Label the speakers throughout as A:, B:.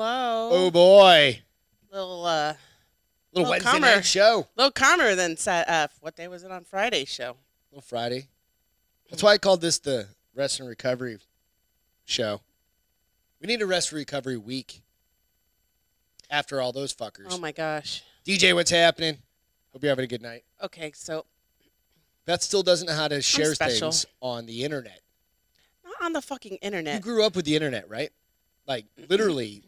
A: Oh boy,
B: little uh,
A: little
B: Oh,
A: Wednesday
B: Comer.
A: night show,
B: little calmer than Sa- uh, what day was it on Friday's show?
A: little Friday. That's why I called this the rest and recovery show. We need a rest and recovery week after all those fuckers.
B: Oh my gosh.
A: DJ, what's happening? Hope you're having a good night.
B: Okay, so
A: Beth still doesn't know how to share
B: special.
A: things on the internet.
B: not on the fucking
A: You
B: internet.
A: grew up with the internet, right? Like literally,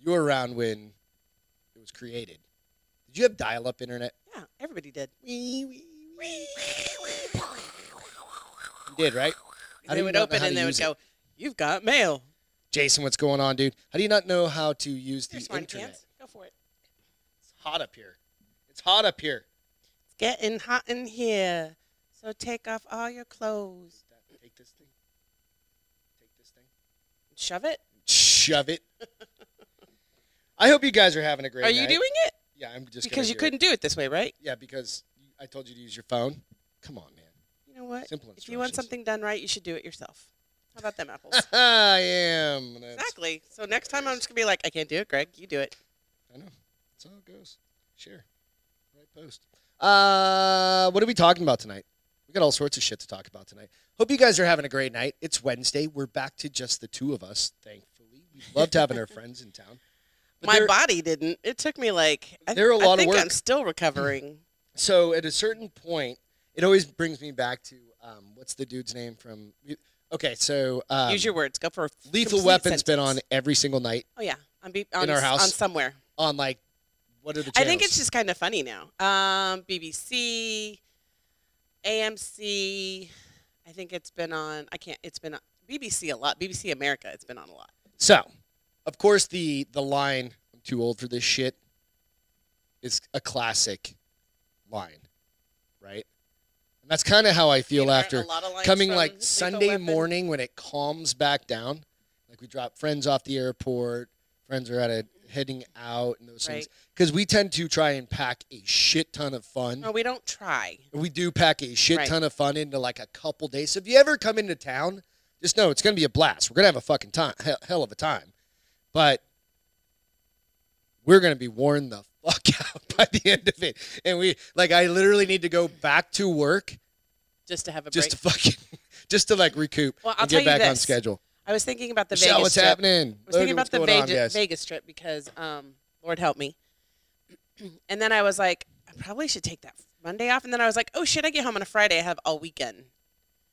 A: you were around when it was created. Did you have dial-up internet?
B: Yeah, everybody did.
A: Wee, wee, wee. You did right? How do
B: They
A: you
B: would
A: not know
B: open
A: how
B: and
A: to
B: they would
A: use it?
B: go, "You've got mail."
A: Jason, what's going on, dude? How do you not know how to use the
B: You're smart
A: internet?
B: pants. Go for it.
A: It's hot up here. It's hot up here.
B: It's getting hot in here, so take off all your clothes.
A: Take this thing. Take this thing.
B: Shove it.
A: Shove it. I hope you guys are having a great
B: Are you
A: night.
B: doing it?
A: Yeah, I'm just gonna
B: because you
A: do it.
B: couldn't do it this way, right?
A: Yeah, because you- I told you to use your phone. Come on, man.
B: You know what?
A: Simple
B: If you want
A: instructions.
B: something done right, you should do it yourself. How about them apples?
A: I am. That's,
B: exactly. So next time I'm just gonna be like, I can't do it, Greg. You do it.
A: I know. That's how it goes. Share. Right post. Uh, what are we talking about tonight? We got all sorts of shit to talk about tonight. Hope you guys are having a great night. It's Wednesday. We're back to just the two of us, thankfully. We loved having our friends in town. But
B: My
A: there-
B: body didn't. It took me like I,
A: There are a lot of
B: I think I'm
A: work.
B: still recovering.
A: so at a certain point, it always brings me back to um, what's the dude's name from? Okay, so um,
B: Use your words. Go for a
A: Lethal
B: complete
A: Weapon's been on
B: sentence.
A: every single night
B: Oh yeah, on, B- on
A: our
B: s-
A: house.
B: on somewhere.
A: on like what are the
B: I
A: channels?
B: think it's just kind of funny now. Um, BBC, AMC. I think it's been on. I can't. It's been on BBC a lot. BBC America. It's been on a lot.
A: so. Of course, the the line "I'm too old for this shit" is a classic line, right? And that's kind of how I feel
B: There are
A: after
B: a lot of lines
A: coming
B: from
A: like
B: Lethal
A: Sunday
B: Weapon.
A: morning when it calms back down. Like we drop friends off the airport, friends are at a heading out and those things
B: Right.
A: because we tend to try and pack a shit ton of fun.
B: No, we don't try.
A: We do pack a shit
B: Right.
A: ton of fun into like a couple days. So if you ever come into town, just know it's going to be a blast. We're going to have a fucking time, hell, hell of a time. But we're going to be worn the fuck out by the end of it. And we, like, I literally need to go back to work
B: Just to have a
A: just
B: break.
A: to fucking, just to like recoup
B: Well, I'll
A: and
B: tell
A: get
B: you
A: back on
B: this.
A: schedule.
B: I was thinking about the
A: Michelle,
B: Vegas
A: what's
B: trip.
A: happening?
B: I was thinking
A: Logan,
B: about the
A: what's going on,
B: Vegas,
A: guys?
B: Vegas trip because, um, Lord help me. and then I was like, I probably should take that Monday off. And then I was like, oh shit, I get home on a Friday. I have all weekend.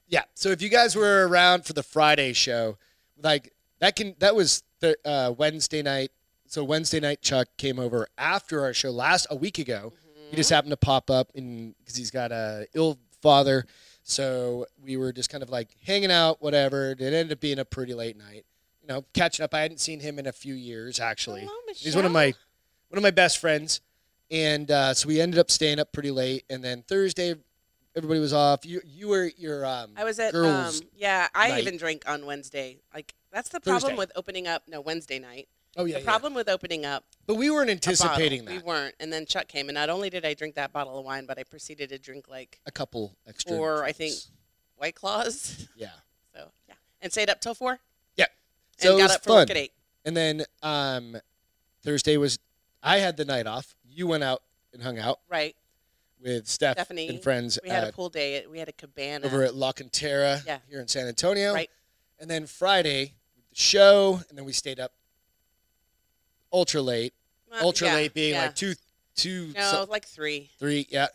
A: Yeah. So if you guys were around for the Friday show, like that can that was the uh, Wednesday night. So Wednesday night, Chuck came over after our show last a week ago. He just happened to pop up and because he's got a ill father, so we were just kind of like hanging out, whatever. It ended up being a pretty late night. You know, catching up. I hadn't seen him in a few years actually.
B: Hello,
A: He's one of my one of my best friends, and uh, so we ended up staying up pretty late. And then Thursday, everybody was off. You you were at your um,
B: I was at
A: girls.
B: um yeah, I
A: night.
B: even drank on Wednesday. Like that's the problem
A: Thursday.
B: with opening up no Wednesday night.
A: oh yeah,
B: the
A: yeah.
B: problem with opening up
A: But we weren't
B: a bottle,
A: anticipating that.
B: We weren't. And then Chuck came and not only did I drink that bottle of wine, but I proceeded to drink like
A: a couple extra.
B: Or I
A: drinks.
B: white claws.
A: Yeah.
B: So yeah. And stayed up till four.
A: Yeah.
B: And
A: So it
B: got
A: was
B: up for work
A: fun.
B: at eight.
A: And then um, Thursday was I had the night off. You went out and hung out
B: Right.
A: with Steph
B: Stephanie,
A: and friends
B: We had a
A: at-
B: pool day. We had a cabana.
A: over at La Cantera
B: Yeah.
A: here in San Antonio.
B: Right.
A: And then Friday, the show, and then we stayed up ultra late.
B: Well,
A: ultra
B: yeah,
A: late being
B: yeah.
A: like two, two,
B: No,
A: so-
B: like three.
A: three, yeah.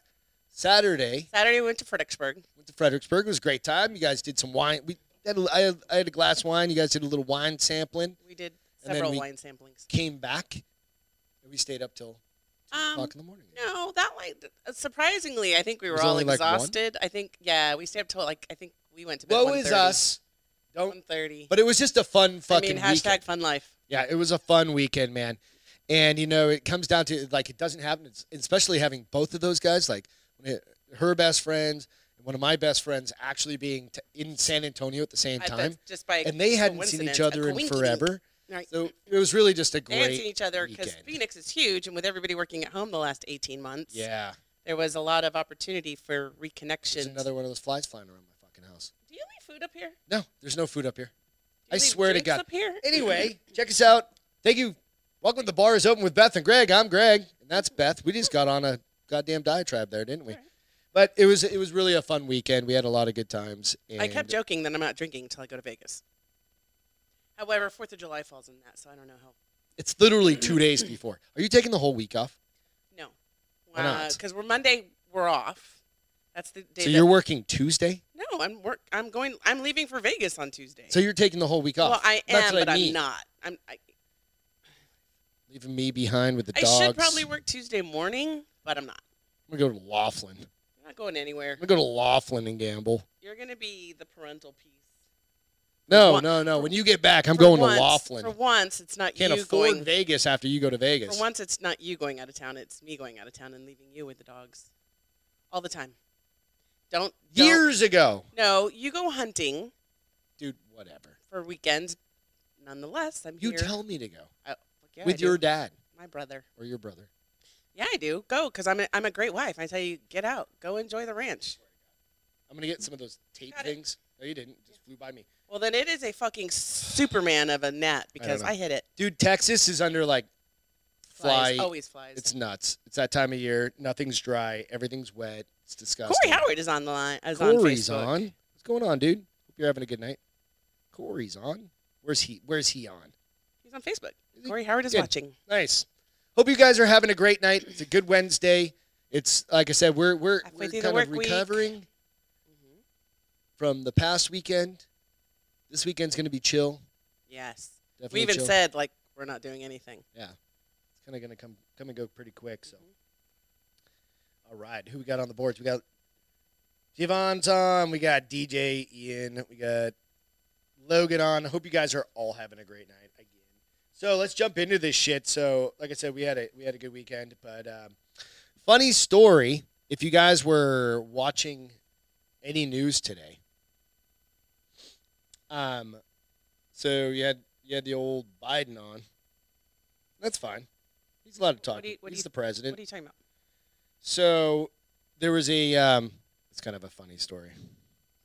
A: Saturday
B: Saturday we went to Fredericksburg.
A: went to Fredericksburg. It was a great time. You guys did some wine. We had a, I, had, I had a glass of wine. You guys did a little wine sampling.
B: We did
A: And then
B: several
A: we-
B: wine samplings.
A: Came back, and we stayed up till
B: Um,
A: o'clock in the morning.
B: No, that like surprisingly, I think we
A: was
B: were all
A: only, like, one?
B: exhausted. I think yeah, we stayed up till like I think we went to bed.
A: Woe is us. Don't.
B: One thirty.
A: But it was just uh, a fun
B: I
A: fucking
B: mean, hashtag
A: weekend.
B: fun life.
A: Yeah, it was a fun weekend, man. And you know, it comes down to like it doesn't happen, it's, especially having both of those guys, like when it- her best friends and one of my best friends, actually being t- in San Antonio at the same
B: I bet
A: time,
B: just by
A: and they hadn't seen each
B: coincidence, a
A: other in
B: coinkydink.
A: forever.
B: Right.
A: So it was really just a
B: they hadn't seen
A: great.
B: each other because
A: weekend.
B: Phoenix is huge, and with everybody working at home the last eighteen months,
A: Yeah,
B: there was a lot of opportunity for
A: there's
B: reconnection.
A: another one of those flies flying around my fucking house.
B: Do you leave food up here?
A: No, there's no food up here.
B: Do you
A: I
B: leave
A: swear to
B: drinks
A: God.
B: Up here.
A: Anyway, check us out. Thank you Welcome to the bar is open with Beth and Greg. I'm Greg, and that's Beth. We just got on a goddamn diatribe there, didn't we?
B: All right.
A: But it was it was really a fun weekend. We had a lot of good times. And
B: I kept joking that I'm not drinking until I go to Vegas. However, Fourth of July falls in that, so I don't know how.
A: It's literally two days before. Are you taking the whole week off?
B: No,
A: Why not?
B: Because we're Monday, we're off. That's the day.
A: So
B: that-
A: you're working Tuesday.
B: no, I'm work. I'm going. I'm leaving for Vegas on Tuesday.
A: So you're taking the whole week off.
B: well, I
A: That's
B: am,
A: what
B: but
A: I
B: I'm
A: mean.
B: not. I'm. I,
A: Leaving me behind with the
B: I
A: dogs.
B: should probably work Tuesday morning, but I'm not.
A: I'm gonna go to Laughlin. I'm
B: I'm not going anywhere.
A: gonna go to Laughlin and gamble.
B: You're gonna be the parental piece.
A: No,
B: Wha-
A: no, no. When you get back, I'm
B: For
A: going
B: once-
A: to Laughlin.
B: For once, it's not
A: Can't
B: you
A: afford
B: going.
A: Vegas after you go to Vegas.
B: For once, it's not you going out of town. It's me going out of town and leaving you with the dogs, all the time. Don't don't-
A: Years ago,
B: No, you go hunting
A: dude. Whatever.
B: for weekends. Nonetheless, I'm
A: You
B: here.
A: tell me to go
B: Oh, fuck yeah, I
A: with
B: do.
A: your dad
B: my brother.
A: or your brother.
B: Yeah, I do. Go, cause I'm a, I'm a great wife. I tell you, get out, go enjoy the ranch.
A: I'm gonna get some of those tape
B: Got it.
A: things. No, you didn't. Just flew by me.
B: Well, then it is a fucking Superman of a gnat because
A: know.
B: I, hit it.
A: Dude, Texas is under like
B: Flies, Oh,
A: fly.
B: always flies.
A: It's nuts. It's that time of year. Nothing's dry. Everything's wet. It's disgusting.
B: Corey Howard is on the line. Is
A: Corey's
B: on. Facebook.
A: on. What's going on, dude? Hope you're having a good night. Corey's on. Where's he? Where's he on?
B: He's on Facebook.
A: Is he?
B: Corey Howard is
A: Good.
B: watching.
A: Nice. Hope you guys are having a great night. It's a good Wednesday. It's like I said, we're we're,
B: Halfway
A: we're
B: through the
A: kind of
B: work week.
A: recovering
B: Mm-hmm.
A: from the past weekend. This weekend's gonna be chill.
B: Yes,
A: Definitely
B: we even
A: chill.
B: said like we're not doing anything.
A: it's kind of gonna come come and go pretty quick. So, all right, who we got on the boards? We got Javon's on. We got DJ Ian. We got Logan on. Hope you guys are all having a great night again. So let's jump into this shit. So, like I said, we had a we had a good weekend, but um, funny story. If you guys were watching any news today, um, so you had you had the old Biden on. That's fine. He's allowed to talk.
B: What do you- what do
A: He's
B: you-
A: the president.
B: What are you talking about?
A: So there was a. Um, it's kind of a funny story.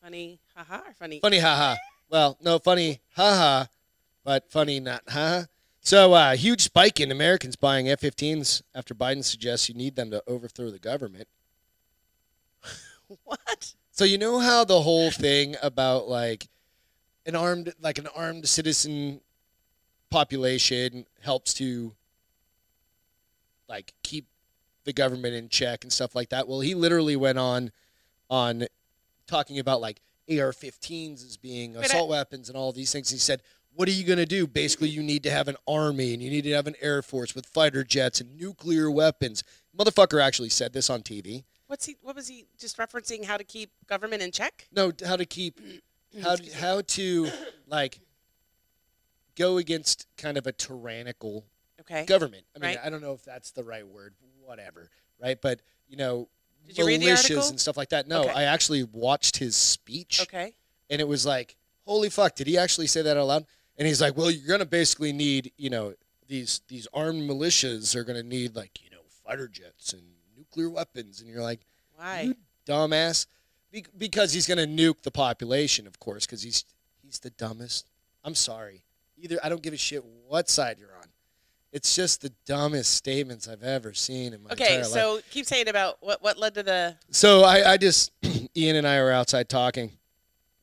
B: Funny, haha, or funny?
A: Funny, haha. Well, no, funny, haha, but funny, not haha. So uh, huge spike in Americans buying F-15s after Biden suggests you need them to overthrow the government.
B: What?
A: So you know how the whole thing about like an armed like an armed citizen population helps to like keep the government in check and stuff like that. Well, he literally went on on talking about like AR-15s as being
B: Wait, I-
A: assault weapons and all these things. He said, "What are you going to do? Basically, you need to have an army and you need to have an air force with fighter jets and nuclear weapons." Motherfucker actually said this on TV.
B: What's he? What was he just referencing? How to keep government in check?
A: No, how to keep how
B: Excuse me.
A: how to like go against kind of a tyrannical
B: Okay.
A: government. I mean,
B: Right.
A: I don't know if that's the right word, whatever, right? But you know,
B: Did you read the
A: militias
B: article?
A: and stuff like that. No,
B: Okay.
A: I actually watched his speech,
B: okay.
A: and it was like, holy fuck, did he actually say that out loud? And he's like, well, you're gonna basically need, you know, these these armed militias are gonna need like you know fighter jets and nuclear weapons, and you're like
B: Why?
A: you dumbass. Be- because he's going to nuke the population, of course, because he's he's the dumbest. I'm sorry. Either I don't give a shit what side you're on. It's just the dumbest statements I've ever seen in my
B: Okay,
A: entire life.
B: so keep saying about what what led to the
A: So I, I just Ian and I were outside talking,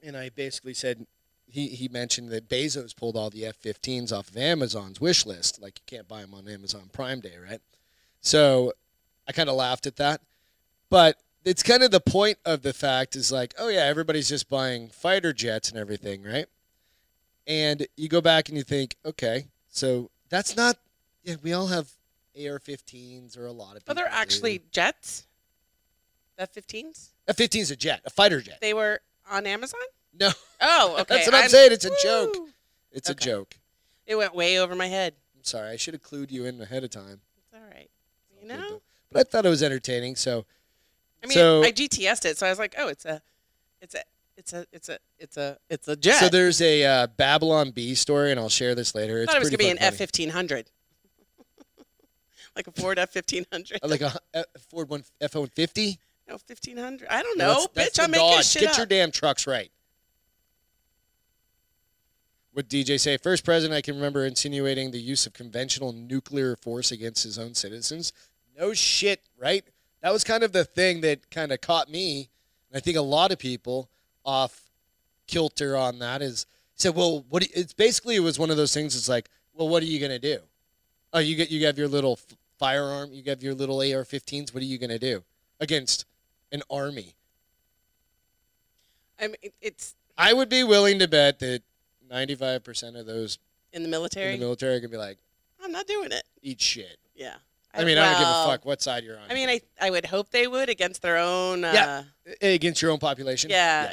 A: and I basically said he, he mentioned that Bezos pulled all the F-15s off of Amazon's wish list. Like you can't buy them on Amazon Prime Day, right? So I kind of laughed at that, but it's kind of the point of the fact is like, oh yeah, everybody's just buying fighter jets and everything, right? And you go back and you think, okay, so that's not. Yeah, we all have AR-15s or a lot of.
B: Oh, they're
A: people do.
B: actually jets. The 15s.
A: F-15 is a jet, a fighter jet.
B: They were on Amazon.
A: No,
B: Oh, okay.
A: that's what I'm, saying. It's a joke.
B: Woo!
A: It's a
B: Okay.
A: joke.
B: It went way over my head.
A: I'm sorry. I should have clued you in ahead of time.
B: It's all right. You
A: It's all good,
B: know,
A: though. But I thought it was entertaining. So
B: I mean,
A: So-
B: I GTS'd it, so I was like, oh, it's a, it's a, it's a, it's a, it's a, it's a jet.
A: so there's a uh, Babylon B story, and I'll share this later.
B: I
A: It's
B: thought it was
A: pretty
B: gonna be an
A: fucking
B: F fifteen hundred, like a Ford F fifteen hundred.
A: funny. Uh, like a a Ford one F one fifty.
B: No, fifteen hundred. I don't know, bitch. I'm making
A: Dodge.
B: shit
A: Get
B: up.
A: your damn trucks right. What DJ say? First president I can remember insinuating the use of conventional nuclear force against his own citizens. No shit, right? That was kind of the thing that kind of caught me, and I think a lot of people off kilter on that is said, well, what? do- It's basically it was one of those things. It's like, well, what are you gonna do? Oh, you get you have your little f- firearm, you have your little AR-15s. What are you gonna do against an army?
B: I mean, it- it's
A: I would be willing to bet that 95% of those
B: in the military.
A: in the military are gonna be like,
B: I'm not doing it.
A: eat shit.
B: Yeah.
A: I mean, I don't give a
B: well,
A: fuck what side you're on.
B: I mean, I, I would hope they would against their own, uh,
A: Yeah. A- against your own population.
B: Yeah.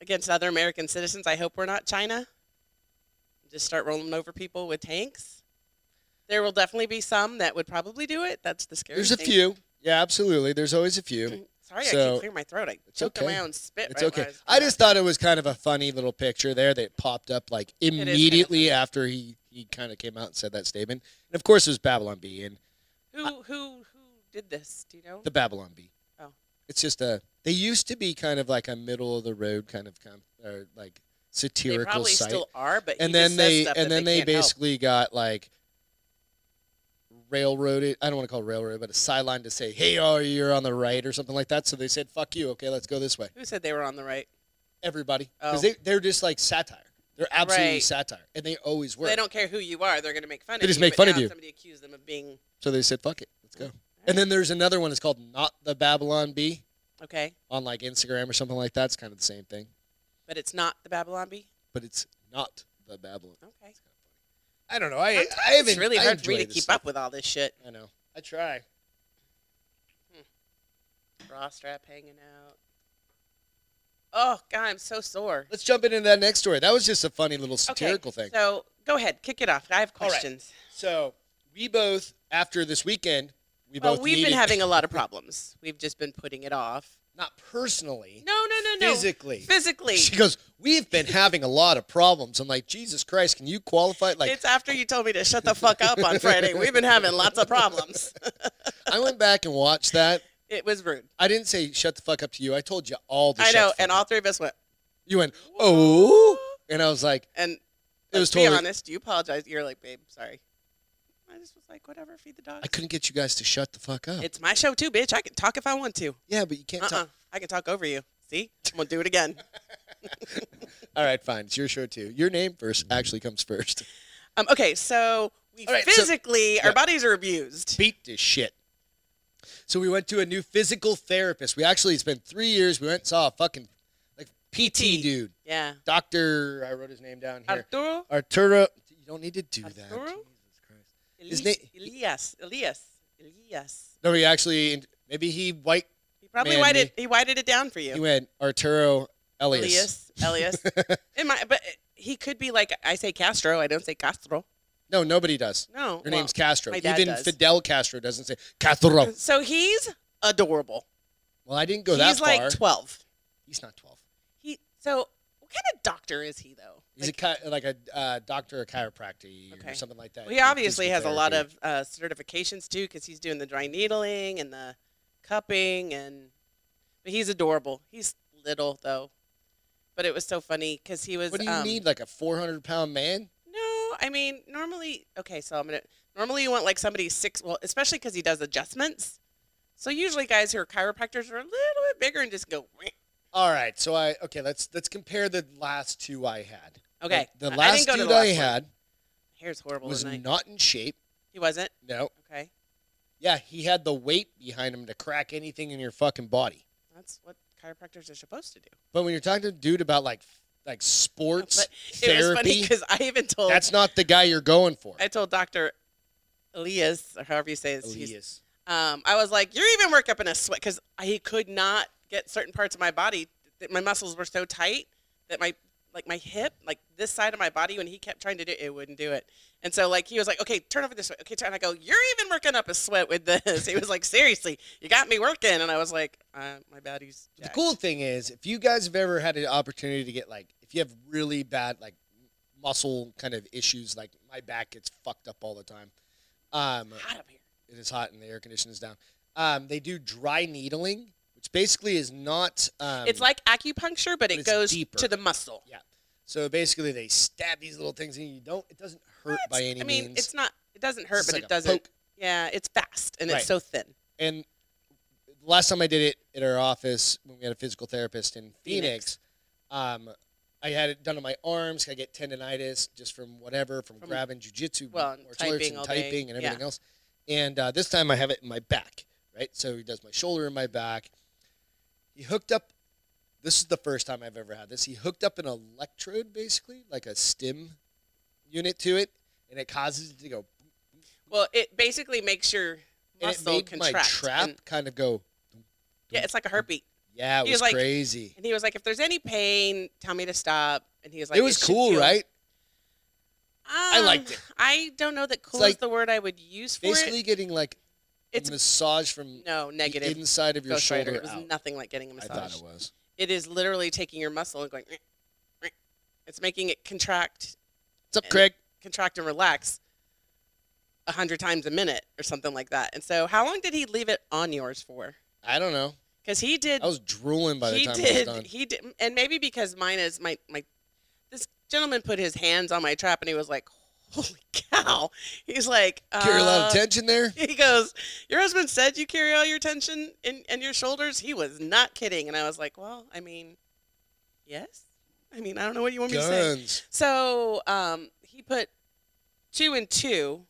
B: against other American citizens. I hope we're not China. Just start rolling over people with tanks. There will definitely be some that would probably do it. That's the scary
A: There's a
B: thing.
A: few. Yeah, absolutely. There's always a few.
B: Sorry, I
A: So-
B: can't clear my throat. I
A: It's
B: choked on
A: okay.
B: my own spit.
A: It's
B: right when
A: okay.
B: was-
A: I just thought it was kind of a funny little picture there that popped up like
B: kinda
A: immediately after he, he kind of came out and said that statement. And of course, it was Babylon B and
B: who who who did this? Do you know?
A: the Babylon B.
B: Oh.
A: It's just a. They used to be kind of like a middle of the road kind of com- or like
B: they
A: satirical
B: probably
A: site.
B: still are, but
A: and
B: he
A: then
B: just says
A: they
B: stuff
A: and
B: that
A: then
B: they,
A: they,
B: can't help.
A: basically got like railroaded. I don't want to call it railroad, but a sideline to say, "Hey, are you're on the right" or something like that. So they said, "Fuck you." Okay, let's go this way,
B: Who said they were on the right?
A: everybody,
B: Oh.
A: because they they're just like satire. They're absolutely
B: Right.
A: satire, and they always
B: So
A: were.
B: they don't care who you are. They're going to make fun
A: They
B: of
A: just
B: you.
A: make
B: but
A: fun of
B: now
A: you.
B: Somebody accused them of being
A: so they said, "Fuck it, let's go." And then there's another one. It's called "Not the Babylon Bee"
B: okay,
A: on like Instagram or something like that. It's kind of the same thing,
B: but it's not the Babylon Bee.
A: but it's not the Babylon.
B: Okay,
A: I don't know. I
B: Sometimes
A: I haven't.
B: it's really
A: I
B: hard for me
A: enjoy
B: to
A: this
B: keep
A: stuff.
B: up with all this shit.
A: I know. I try.
B: Bra strap hanging out. Oh God, I'm so sore.
A: Let's jump into that next story. That was just a funny little satirical
B: okay,
A: thing.
B: So go ahead, kick it off. I have
A: All right.
B: questions.
A: So we both, after this weekend, we
B: Well,
A: both
B: we've
A: needed-
B: been having a lot of problems. We've just been putting it off.
A: not personally,
B: No, no, no, no.
A: physically.
B: Physically.
A: She goes, we've been having a lot of problems. I'm like, Jesus Christ, can you qualify? Like,
B: it's after you told me to shut the fuck up on Friday. We've been having lots of problems.
A: I went back and watched that.
B: It was rude.
A: I didn't say shut the fuck up to you. I told you all the.
B: I
A: shut
B: know.
A: the
B: And
A: fuck
B: all
A: up.
B: three of us went,
A: You went, oh, and I was like,
B: and
A: It was
B: let's be
A: totally-
B: honest, you apologize. You're like, babe, sorry. I just was like, whatever, feed the dogs.
A: I couldn't get you guys to shut the fuck up.
B: It's my show too, bitch. I can talk if I want to.
A: yeah, but you can't
B: Uh-uh.
A: talk.
B: I can talk over you. See? I'm going to do it again.
A: All right, fine. It's your show too. Your name first actually comes first.
B: Um, okay, so we
A: All right, so-
B: physically,
A: yeah.
B: our bodies are abused.
A: beat to shit. So we went to a new physical therapist. We actually it's been three years. We went and saw a fucking like PT
B: PT.
A: dude,
B: Yeah.
A: doctor. I wrote his name down here.
B: Arturo?
A: Arturo. You don't need to do that.
B: Arturo?
A: Jesus Christ. His
B: Elias, Elias.
A: na-
B: Elias. Elias.
A: No, he actually maybe he white.
B: He probably
A: Man,
B: whited, he whited it down for you.
A: He went Arturo Elias.
B: Elias. Elias. it might, but he could be like, I say Castro. I don't say Castro.
A: No, nobody does.
B: No.
A: Your
B: well,
A: name's Castro.
B: my dad
A: Even
B: does.
A: Fidel Castro doesn't say Castro.
B: So he's adorable.
A: Well, I didn't go
B: he's
A: that far.
B: like 12.
A: He's not twelve.
B: He So what kind of doctor is he, though?
A: He's
B: Like,
A: a chi- like a uh, doctor of chiropractic or
B: Okay.
A: something like that.
B: he obviously
A: Physical
B: has a lot
A: therapy.
B: of uh, certifications, too, because he's doing the dry needling and the cupping. and But he's adorable. He's little, though. But it was so funny because he was.
A: What do you
B: um,
A: need? Like a 400 pound man?
B: No, I mean normally. Okay, so I'm gonna. Normally, you want like somebody six. Well, especially because he does adjustments. So usually, guys who are chiropractors are a little bit bigger and just go. "Wah."
A: All right. So I okay. Let's let's compare the last two I had.
B: Okay,
A: The, the
B: I- I didn't
A: last
B: go to
A: dude
B: the
A: I
B: last one.
A: had
B: hair's horrible
A: was
B: tonight.
A: not in shape.
B: he wasn't.
A: No.
B: Okay,
A: Yeah, he had the weight behind him to crack anything in your fucking body.
B: that's what chiropractors are supposed to do.
A: But when you're talking to a dude about like like sports
B: But It was funny
A: therapy,
B: because I even told
A: that's not the guy you're going for. Oh,
B: I told Doctor Elias or however you say his. he's-
A: Elias.
B: Um, I was like, "You're even worked up in a sweat," because he could not get certain parts of my body. That my muscles were so tight that my like my hip, like this side of my body, when he kept trying to do it, it wouldn't do it. And so like he was like, "Okay, turn over this way." Okay, turn. I go, "You're even working up a sweat with this." he was like, "Seriously, you got me working," and I was like, uh, "My body's
A: But the
B: jacked.
A: cool thing is, if you guys have ever had an opportunity to get like, if you have really bad like muscle kind of issues, like my back gets fucked up all the time. Um,
B: hot up here."
A: it is hot and the air conditioning is down. Um, they do dry needling, which basically is not. Um,
B: it's like acupuncture, but it
A: it's
B: goes
A: deeper.
B: to the muscle.
A: yeah. So basically, they stab these little things, and you don't. It doesn't hurt by
B: It's-
A: any
B: I mean,
A: means.
B: it's not. It doesn't hurt,
A: It's
B: but
A: like
B: it
A: a
B: doesn't.
A: poke.
B: Yeah, it's fast and
A: Right.
B: it's so thin.
A: and last time I did it at our office when we had a physical therapist in
B: Phoenix.
A: Phoenix, um, I had it done on my arms. I get tendonitis just from whatever, from,
B: From-
A: grabbing jujitsu
B: well,
A: or
B: and
A: torts
B: typing
A: and
B: all day.
A: typing and
B: Yeah.
A: everything else. And uh, this time I have it in my back, right? So he does my shoulder and my back. He hooked up. This is the first time I've ever had this. He hooked up an electrode, basically like a stim unit to it, and it causes it to go.
B: Well, it basically makes your
A: And it
B: muscle
A: made
B: contract.
A: my trap
B: and-
A: kind of go.
B: yeah, it's like a heartbeat.
A: Yeah, it
B: He
A: was
B: was like-
A: crazy.
B: And he was like, "If there's any pain, tell me to stop." And he was like,
A: it was
B: should
A: cool,
B: feel-"
A: right?
B: Um,
A: liked it.
B: I don't know that cool
A: like-
B: is the word I would use for
A: Basically,
B: it.
A: getting like
B: It's
A: a massage from
B: no negative.
A: the inside of your
B: Ghost Rider.
A: shoulder
B: It was
A: out.
B: nothing like getting a
A: I
B: massage.
A: thought it was.
B: It is literally taking your muscle and going. "Eh, eh." It's making it contract,
A: What's up,
B: And-
A: Craig?
B: contract, and relax a hundred times a minute or something like that. And so, how long did he leave it on yours for?
A: I don't know.
B: Because he did
A: I was drooling by the
B: he
A: time
B: did.
A: I was done.
B: He did, and maybe because mine is my my. This gentleman put his hands on my trap, and he was like, "Holy cow!" He's like,
A: Carry a lot
B: uh,
A: of tension there.
B: He goes, "Your husband said you carry all your tension in in your shoulders." He was not kidding, and I was like, "Well, I mean, yes. I mean, I don't know what you want me to say."
A: Guns.
B: So um, he put two and two,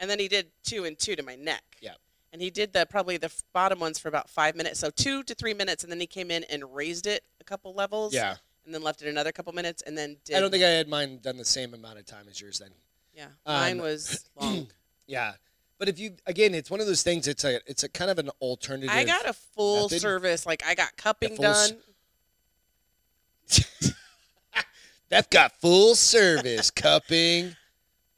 B: and then he did two and two to my neck.
A: Yeah.
B: And he did the probably the f- bottom ones for about five minutes, so two to three minutes, and then he came in and raised it a couple levels.
A: Yeah.
B: And then left it another couple minutes, and then did.
A: I don't think I had mine done the same amount of time as yours then.
B: Yeah.
A: um,
B: Mine was long.
A: Yeah. But if you again, it's one of those things. It's a it's a kind of an alternative.
B: I got a full
A: method.
B: service, like I got cupping
A: full s-
B: done.
A: that got full service cupping,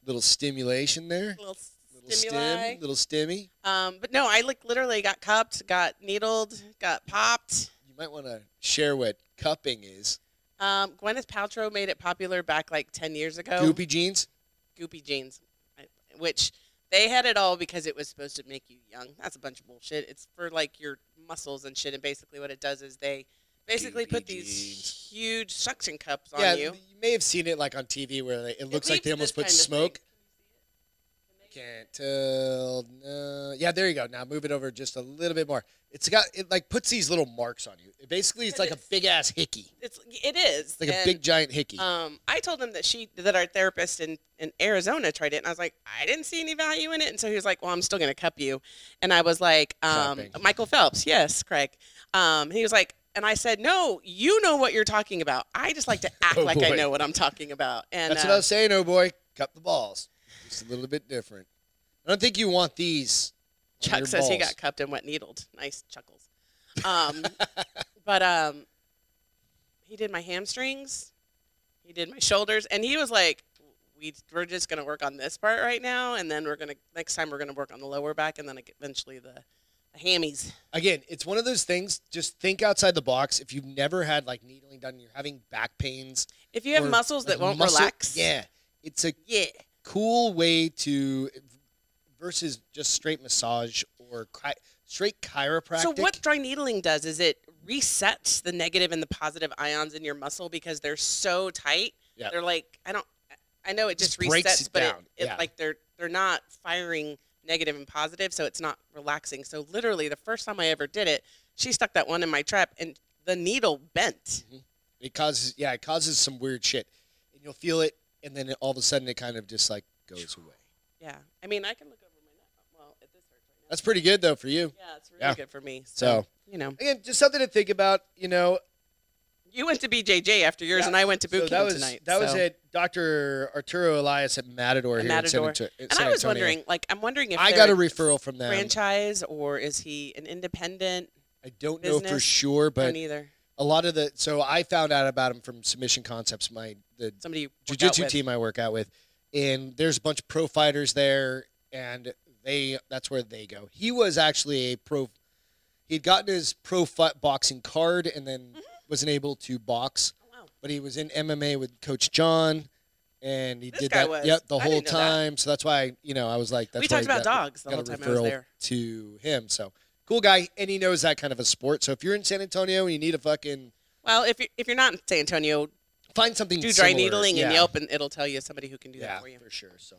A: little stimulation there,
B: little,
A: little
B: stimuli.
A: stim, little stimmy.
B: Um, but no, I like literally got cupped, got needled, got popped.
A: You might want to share what cupping is.
B: Um, Gwyneth Paltrow made it popular back like ten years ago.
A: Goopy jeans.
B: goopy jeans, I- which they had it all because it was supposed to make you young. That's a bunch of bullshit. It's for like your muscles and shit. And basically, what it does is they basically
A: Goopy
B: put
A: jeans.
B: these huge suction cups on
A: yeah,
B: you.
A: may have seen it like on TV where they, it looks like
B: leaves
A: they almost
B: this
A: put
B: kind of
A: smoke.
B: thing.
A: Can't tell. No. Yeah, there you go. Now move it over just a little bit more. It's got it like puts these little marks on you. It basically, it's
B: Yeah,
A: like a
B: it's-
A: big ass hickey.
B: It's it is
A: It's like a
B: And,
A: big giant hickey.
B: Um, I told him that she that our therapist in in Arizona tried it, and I was like, I didn't see any value in it. And so he was like, Well, I'm still gonna cup you, and I was like, um,
A: Cupping.
B: Michael Phelps, yes, Craig. Um, he was like. And I said, "No, you know what you're talking about. I just like to act
A: Oh,
B: like I
A: boy.
B: know what I'm talking about." And
A: That's
B: uh,
A: what I was saying, oh boy. Cup the balls. Just a little bit different. I don't think you want these. on
B: Chuck
A: your
B: says he
A: balls.
B: got cupped and wet needled. Nice chuckles. Um, but um, he did my hamstrings, he did my shoulders, and he was like, "We we're just gonna work on this part right now, and then we're gonna next time we're gonna work on the lower back, and then eventually the, the hammies."
A: Again, it's one of those things. Just think outside the box. If you've never had like needling done, you're having back pains.
B: If you have
A: or,
B: muscles
A: like,
B: that won't
A: muscle-
B: relax,
A: Yeah, it's a
B: yeah,
A: cool way to versus just straight massage or chi- straight chiropractic.
B: So what dry needling does is it resets the negative and the positive ions in your muscle because they're so tight.
A: Yeah.
B: They're like I don't I know it
A: Just
B: just,
A: breaks
B: resets,
A: it
B: but
A: down.
B: it, it
A: Yeah.
B: like they're they're not firing negative and positive, so it's not relaxing. So literally the first time I ever did it, she stuck that one in my trap and the needle bent.
A: it causes? Yeah, it causes some weird shit, and you'll feel it, and then it, all of a sudden it kind of just like goes away.
B: Yeah. I mean I can look over my neck. Well, it this hurts right now.
A: That's pretty good though for you.
B: yeah, it's really
A: yeah.
B: good for me.
A: So
B: you know,
A: again, just something to think about. You know,
B: you went to BJJ after yours,
A: Yeah.
B: and I went to boot
A: so
B: camp
A: that was
B: tonight.
A: that was
B: so-
A: at Dr. Arturo Elias at Matador
B: At
A: here
B: Matador.
A: in San, Anto- in
B: And
A: San
B: I was
A: Antonio.
B: wondering, like, I'm wondering if
A: I
B: they're
A: got a referral from them.
B: franchise or is he an independent?
A: I don't know for
B: business.
A: sure,
B: But
A: but
B: neither.
A: a lot of the so I found out about him from Submission Concepts, my the
B: Somebody you work out
A: jujitsu
B: with.
A: team I work out with, and there's a bunch of pro fighters there, and they that's where they go. He was actually a pro. He'd gotten his pro fight boxing card, and then
B: Mm-hmm.
A: wasn't able to box,
B: Oh, wow.
A: but he was in MMA with Coach John, and he
B: This
A: did
B: guy
A: that.
B: was.
A: Yep, the
B: I
A: whole
B: didn't know that.
A: time. So that's why you know I was like, that's
B: we
A: why
B: talked
A: he
B: about
A: got,
B: dogs the
A: got
B: whole
A: a
B: time I was
A: referral
B: there.
A: to him. So cool guy, and he knows that kind of a sport. So if you're in San Antonio and you need a fucking
B: Well, if you're, if you're not in San Antonio,
A: find something.
B: Do dry
A: similar.
B: needling
A: yeah.
B: in Yelp, and it'll tell you somebody who can do
A: Yeah,
B: that for you.
A: for sure. So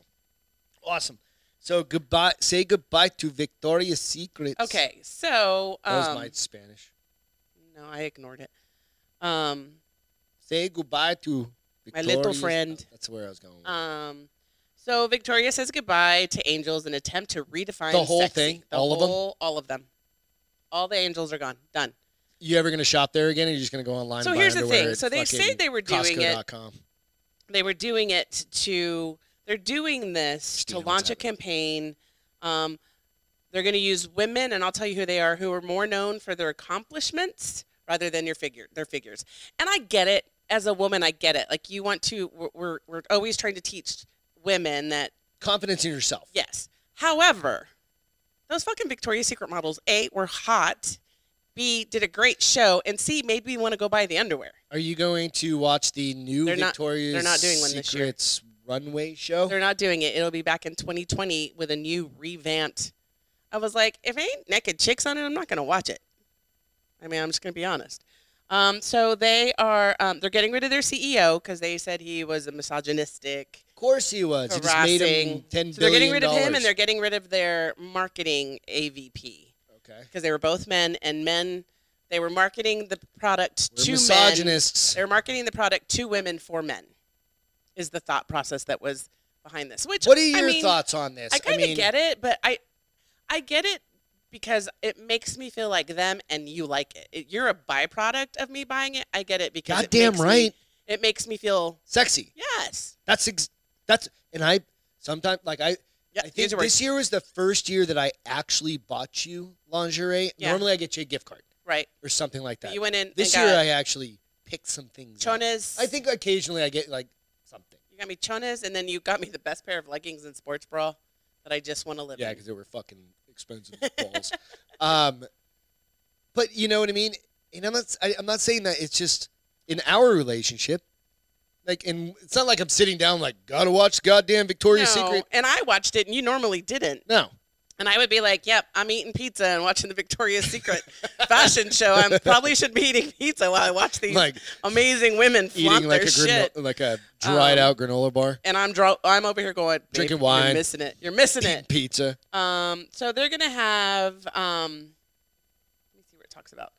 A: awesome. So goodbye. Say goodbye to Victoria's Secret.
B: Okay, so
A: that was
B: um,
A: my Spanish.
B: no, I ignored it. Um,
A: Say goodbye to
B: My little
A: Victoria's-
B: friend.
A: That's where I was going. With. it.
B: um, so Victoria says goodbye to angels in attempt to redefine
A: The whole
B: sexy.
A: thing?
B: The
A: All of them?
B: whole- all of them, all the angels are gone, done.
A: you ever gonna shop there again? Or you just gonna go online?
B: So
A: and buy
B: here's the
A: underwear
B: thing.
A: at
B: So they
A: fucking
B: say they were doing it.
A: Costco.com.
B: They were doing it to. They're doing this
A: Steven,
B: to
A: what's
B: launch a
A: happening?
B: campaign. Um, they're going to use women, and I'll tell you who they are, who are more known for their accomplishments rather than your figure, their figures. And I get it. As a woman, I get it. Like you want to. We're we're, we're always trying to teach women that
A: Confidence in yourself.
B: Yes. However, those fucking Victoria's Secret models, A, were hot, B, did a great show, and C, made me want to go buy the underwear.
A: Are you going to watch the new
B: They're not-
A: Victoria's
B: they're not doing one this year.
A: Secrets runway show?
B: They're not doing it. It'll be back in 2020 with a new revamped. I was like, if ain't naked chicks on it, I'm not going to watch it. I mean, I'm just going to be honest. Um, so they are, um, they're getting rid of their CEO because they said he was a misogynistic.
A: of course he was. He just made him
B: Harassing.
A: ten
B: So they're getting
A: billion
B: rid of him and
A: dollars.
B: they're getting rid of their marketing AVP.
A: okay.
B: because they were both men and men they were marketing the product
A: We're
B: to men
A: misogynists.
B: they were marketing the product to women for men is the thought process that was behind this which
A: What are your
B: I mean,
A: thoughts on this?
B: i kind of
A: mean,
B: get it but i i get it because it makes me feel like them and you like it, It- you're a byproduct of me buying it i get it because it
A: Goddamn
B: makes me-
A: right.
B: it makes me feel
A: Sexy.
B: yes
A: That's ex- that's and I sometimes like I
B: yeah
A: I think
B: these are words.
A: this year was the first year that I actually bought you lingerie.
B: Yeah.
A: Normally I get you a gift card
B: right
A: or something like that.
B: you went in
A: this
B: and
A: year
B: got
A: I actually picked some things. up.
B: chonas
A: I think occasionally I get like something.
B: You got me chonas, and then you got me the best pair of leggings and sports bra that I just want to live
A: Yeah,
B: in.
A: because they were fucking expensive balls. Um, but you know what I mean. And I'm not. I, I'm not saying that. It's just in our relationship. Like, and it's not like I'm sitting down like gotta watch goddamn Victoria's
B: No,
A: Secret.
B: And I watched it, and you normally didn't.
A: No,
B: And I would be like, "Yep, I'm eating pizza and watching the Victoria's Secret fashion show. I probably should be eating pizza while I watch these
A: like
B: amazing women flaunt
A: eating like a
B: their shit."
A: granola, like a dried
B: Um,
A: out granola bar,
B: And I'm draw- I'm over here going, "Babe,
A: Drinking wine.
B: You're missing it. You're missing
A: eating
B: it.
A: pizza.
B: Um, so they're gonna have. Um, let me see what it talks about.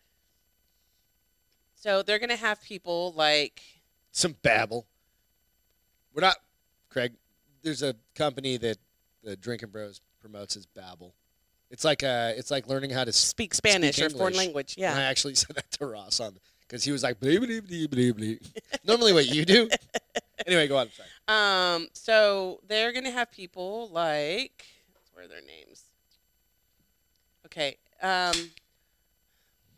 B: So they're gonna have people like
A: some babble. We're not, Craig. There's a company that the Drinking Bros promotes as Babel. It's like uh, it's like learning how to. Sp-
B: speak Spanish or foreign
A: English.
B: language. Yeah.
A: I actually said that to Ross on because he was like, blee, blee, blee, blee, blee. normally what you do. Anyway, go on. Sorry.
B: Um, so they're gonna have people like where are their names? Okay. Um,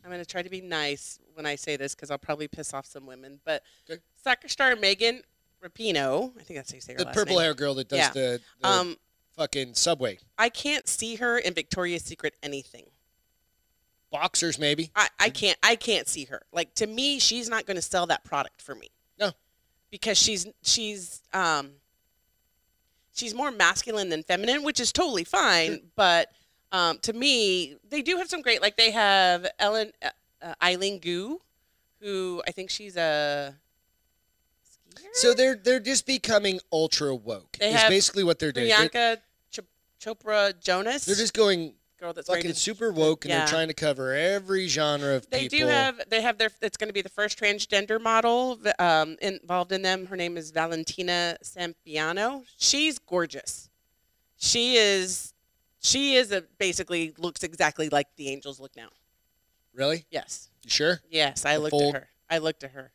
B: I'm gonna try to be nice when I say this because I'll probably piss off some women. But
A: Okay.
B: soccer star Megan Rapino, I think that's how you say her
A: The
B: last
A: purple
B: name.
A: hair girl that does
B: Yeah.
A: the, the
B: Um,
A: fucking subway
B: I can't see her in Victoria's Secret anything.
A: boxers, maybe.
B: I, I can't I can't see her. Like to me, she's not going to sell that product for me.
A: No.
B: Because she's she's um she's more masculine than feminine, which is totally fine, but um, to me, they do have some great like they have Ellen uh, uh, Eileen Gu who I think she's a skier.
A: So they're they're just becoming ultra woke.
B: They
A: is
B: have
A: basically what they're doing. They're,
B: Priyanka Chop Chopra Jonas.
A: they're just going
B: girl that's wearing
A: fucking
B: the-
A: super woke, and
B: yeah.
A: they're trying to cover every genre of
B: They
A: people.
B: do have they have their it's going to be the first transgender model v- um, involved in them. Her name is Valentina Sampiano. She's gorgeous. She is she is a basically looks exactly like the angels look now.
A: really.
B: Yes,
A: You sure?
B: yes. I
A: The
B: looked
A: full- Oh.
B: at her. I looked at her.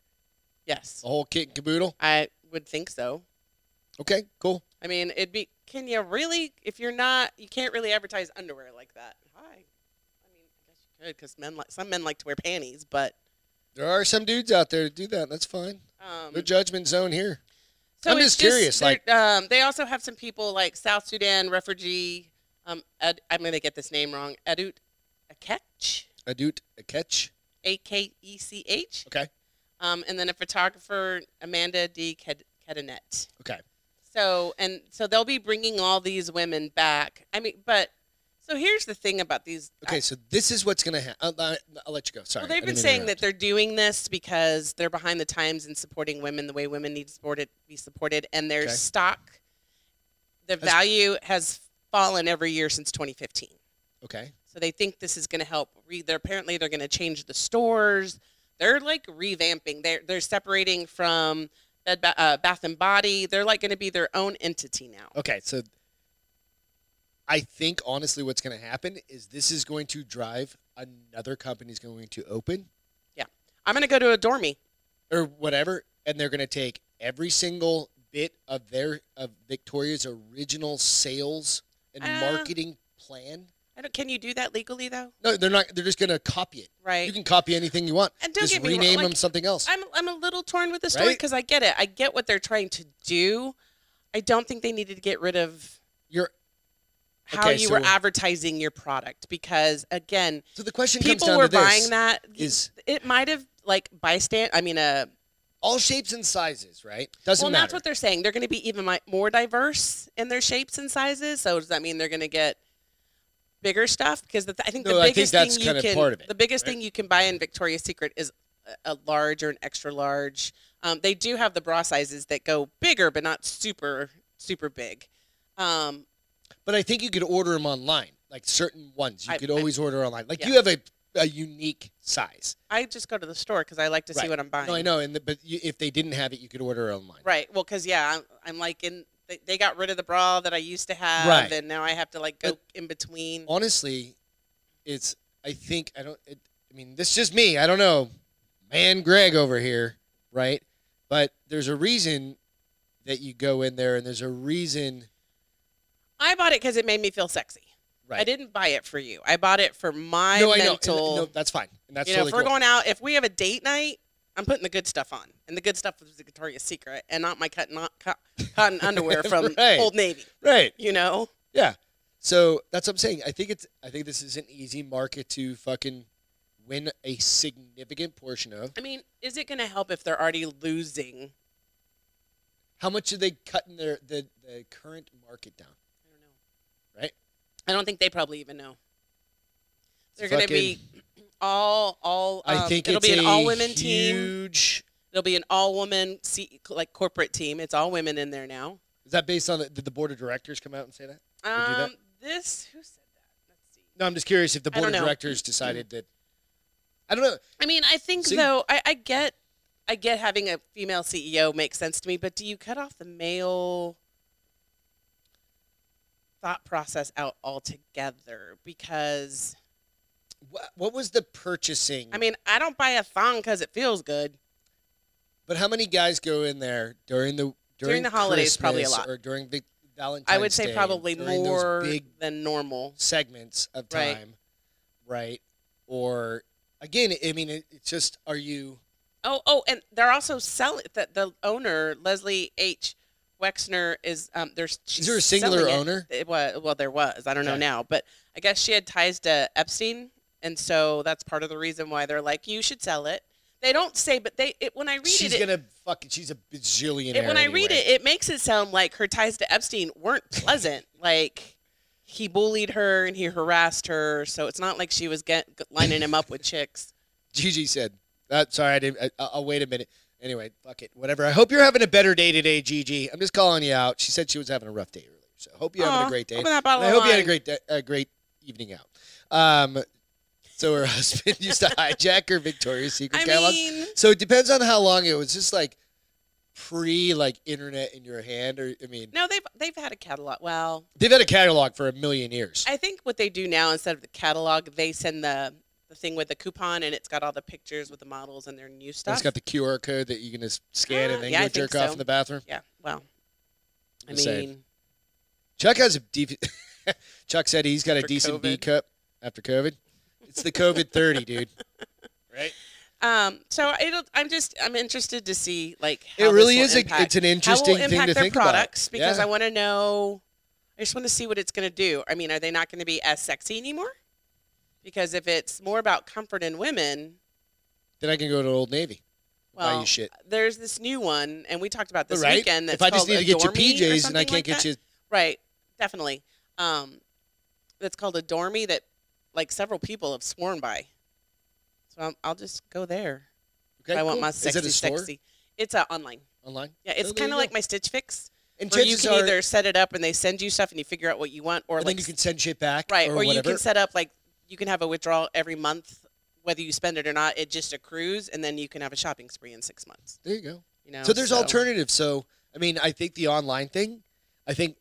B: Yes,
A: The whole kit and caboodle.
B: I would think so.
A: Okay, cool.
B: I mean, it'd be can you really if you're not you can't really advertise underwear like that. Hi, I mean, I guess you could because men like some men like to wear panties, but
A: There are some dudes out there to do that. That's fine.
B: um,
A: No judgment zone here.
B: So
A: I'm
B: it's
A: just curious,
B: they're- um, they also have some people like South Sudan refugee. Um, Ed, I'm going to get this name wrong. Adut Akech,
A: A dude, a catch.
B: A K E C H.
A: Okay.
B: Um, and then a photographer Amanda D. Ked- Kedinet.
A: Okay.
B: So and so they'll be bringing all these women back. I mean, but So here's the thing about these.
A: Okay, so this is what's gonna happen. I'll, I'll let you go. Sorry.
B: well, they've been saying that they're doing this because they're behind the times in supporting women the way women need to supported, be supported, and their
A: Okay.
B: stock, the
A: That's-
B: value has fallen every year since 2015.
A: that. Okay.
B: So they think this is going to help. Re- they're apparently they're going to change the stores. They're like revamping. They're they're separating from Bed ba- uh, Bath and Body. They're like going to be their own entity now.
A: Okay, so I think honestly, what's gonna happen is this is going to drive another company's going to open
B: I'm going to go to a dormy.
A: or whatever, and they're gonna take every single bit of their of Victoria's original sales and
B: Uh.
A: marketing plan.
B: I don't. Can you do that legally though?
A: No, they're not. They're just gonna copy it.
B: Right.
A: You can copy anything you want.
B: And don't
A: just
B: get me wrong,
A: rename
B: like,
A: them something else.
B: I'm I'm a little torn with the story
A: Right?
B: because I get it. I get what they're trying to do. I don't think they needed to get rid of
A: You're
B: how
A: Okay,
B: you were
A: so- advertising
B: advertising your product because again,
A: so the question comes
B: people
A: down
B: were
A: to this.
B: buying that.
A: is-
B: it might have like bystand. I mean, uh,
A: all shapes and sizes, right? Doesn't
B: well, and
A: matter.
B: that's what they're saying. They're going to be even mi- more diverse in their shapes and sizes. So does that mean they're going to get bigger stuff? Because the th- I think
A: No,
B: the
A: I think
B: biggest
A: that's
B: thing you
A: kinda
B: can
A: part of it,
B: the biggest
A: right?
B: thing you can buy in Victoria's Secret is a, a large or an extra large. Um, they do have the bra sizes that go bigger, but not super super big. Um,
A: but I think you could order them online, like certain ones. You
B: I-
A: could
B: I-
A: always order online. Like
B: Yeah.
A: you have a, a unique size.
B: I just go to the store because I like to see
A: Right.
B: what I'm buying.
A: No, I know. And the, but you, if they didn't have it, you could order online.
B: Right. Well, because yeah, I'm, I'm like in. They, they got rid of the bra that I used to have,
A: Right.
B: and now I have to like go
A: But-
B: in between.
A: Honestly, it's. I think I don't. It, I mean, this is just me. I don't know, man. Greg over here, right? But there's a reason that you go in there, and there's a reason.
B: I bought it because it made me feel sexy.
A: Right.
B: I didn't buy it for you. I bought it for my
A: no, I know. and-
B: mental.
A: No, that's fine. And that's
B: you know,
A: totally
B: if we're
A: cool.
B: going out, if we have a date night, I'm putting the good stuff on, and the good stuff is the Victoria's Secret, and not my cotton, not co- cotton underwear from
A: Right.
B: Old Navy.
A: right.
B: You know,
A: Yeah. So that's what I'm saying. I think it's I think this is an easy market to fucking win a significant portion of.
B: I mean, is it going to help if they're already losing?
A: How much are they cutting their the, the current market down?
B: I don't know.
A: Right.
B: I don't think they probably even know.
A: It's
B: They're going to be all all. Um,
A: I think
B: it'll
A: it's
B: be an
A: a
B: all women team.
A: huge.
B: It'll be an all woman like corporate team. It's all women in there now.
A: Is that based on the, did the board of directors come out and say that? Or do that?
B: Um, this who said that? Let's see.
A: No, I'm just curious if the
B: I don't
A: board of
B: know.
A: directors decided that. I don't know.
B: I mean, I think
A: See?
B: though, I, I get, I get having a female CEO makes sense to me, but do you cut off the male thought process out altogether? Because
A: What, what was the purchasing?
B: I mean, I don't buy a thong because it feels good.
A: but how many guys go in there during the during,
B: During the holidays, probably a
A: Christmas
B: lot.
A: or during the Valentine's.
B: I would say
A: Day,
B: probably
A: during those
B: more
A: big
B: than normal.
A: segments of
B: Right.
A: time, right? Or again, I mean, it, it's just are you
B: Oh, oh, and they're also selling. The, the owner Leslie H. Wexner is um. There's she's
A: there a singular
B: selling it.
A: owner?
B: It was well, there was. I don't know
A: Okay.
B: now, but I guess she had ties to Epstein, and so that's part of the reason why they're like, you should sell it. They don't say, but they it, when I read
A: she's
B: it, it-
A: gonna fucking she's a bajillionaire.
B: it- when I read
A: anyway.
B: it, it makes it sound like her ties to Epstein weren't pleasant. like he bullied her and he harassed her, so it's not like she was get, lining him up with chicks.
A: Gigi said, uh, "Sorry, I didn't. I, I'll wait a minute." Anyway, fuck it, whatever. I hope you're having a better day today, Gigi. I'm just calling you out. She said she was having a rough day earlier, so hope you're having
B: Aw,
A: a great day.
B: open that bottle
A: And I
B: of
A: hope you had a
B: wine.
A: great day, a great evening out. Um, so her husband used to hijack her Victoria's Secret
B: I
A: catalog.
B: mean,
A: So it depends on how long it was. Just like pre like internet in your hand, or I mean,
B: no, they've they've had a catalog. Well,
A: they've had a catalog for a million years.
B: I think what they do now instead of the catalog, they send the the thing with the coupon and it's got all the pictures with the models and their new
A: And
B: stuff.
A: It's got the QR code that you can just scan
B: Ah,
A: and then
B: yeah,
A: go
B: I think
A: jerk off
B: so.
A: in the bathroom.
B: yeah. Well, I
A: Just saying.
B: mean,
A: Chuck has a deep. Chuck said he's got a
B: After
A: decent B
B: COVID.
A: cup after COVID. It's the COVID thirty, dude. Right.
B: um, so it'll, I'm just I'm interested to see like how
A: it
B: this
A: really
B: will
A: is.
B: impact,
A: a, it's an
B: how will
A: interesting thing
B: impact
A: to
B: their
A: think
B: products
A: about.
B: because
A: Yeah.
B: I want to know. I just want to see what it's going to do. I mean, are they not going to be as sexy anymore? Because if it's more about comfort in women,
A: then I can go to Old Navy.
B: well,
A: buy you shit.
B: there's this new one, and we talked about this
A: right?
B: weekend. That's
A: if I just
B: called
A: need to get your
B: Adore Me or
A: PJs and I
B: something
A: can't
B: like that.
A: get you,
B: Right, definitely. Um, that's called a dormy that like several people have sworn by. So I'm, I'll just go there. if
A: Okay,
B: I want
A: cool.
B: my
A: Is
B: sexy,
A: it a store
B: sexy. It's uh, online.
A: online?
B: Yeah,
A: Oh,
B: it's
A: there
B: kind of
A: you go.
B: like my Stitch Fix,
A: And
B: where you
A: chances
B: can
A: are,
B: either set it up and they send you stuff and you figure out what you want, or
A: and
B: like
A: then you can send shit back,
B: right, or, you
A: whatever.
B: can set up like you can have a withdrawal every month, whether you spend it or not. It just accrues, and then you can have a shopping spree in six months.
A: there you go.
B: You know,
A: So there's alternatives. So I mean, I think the online thing. I think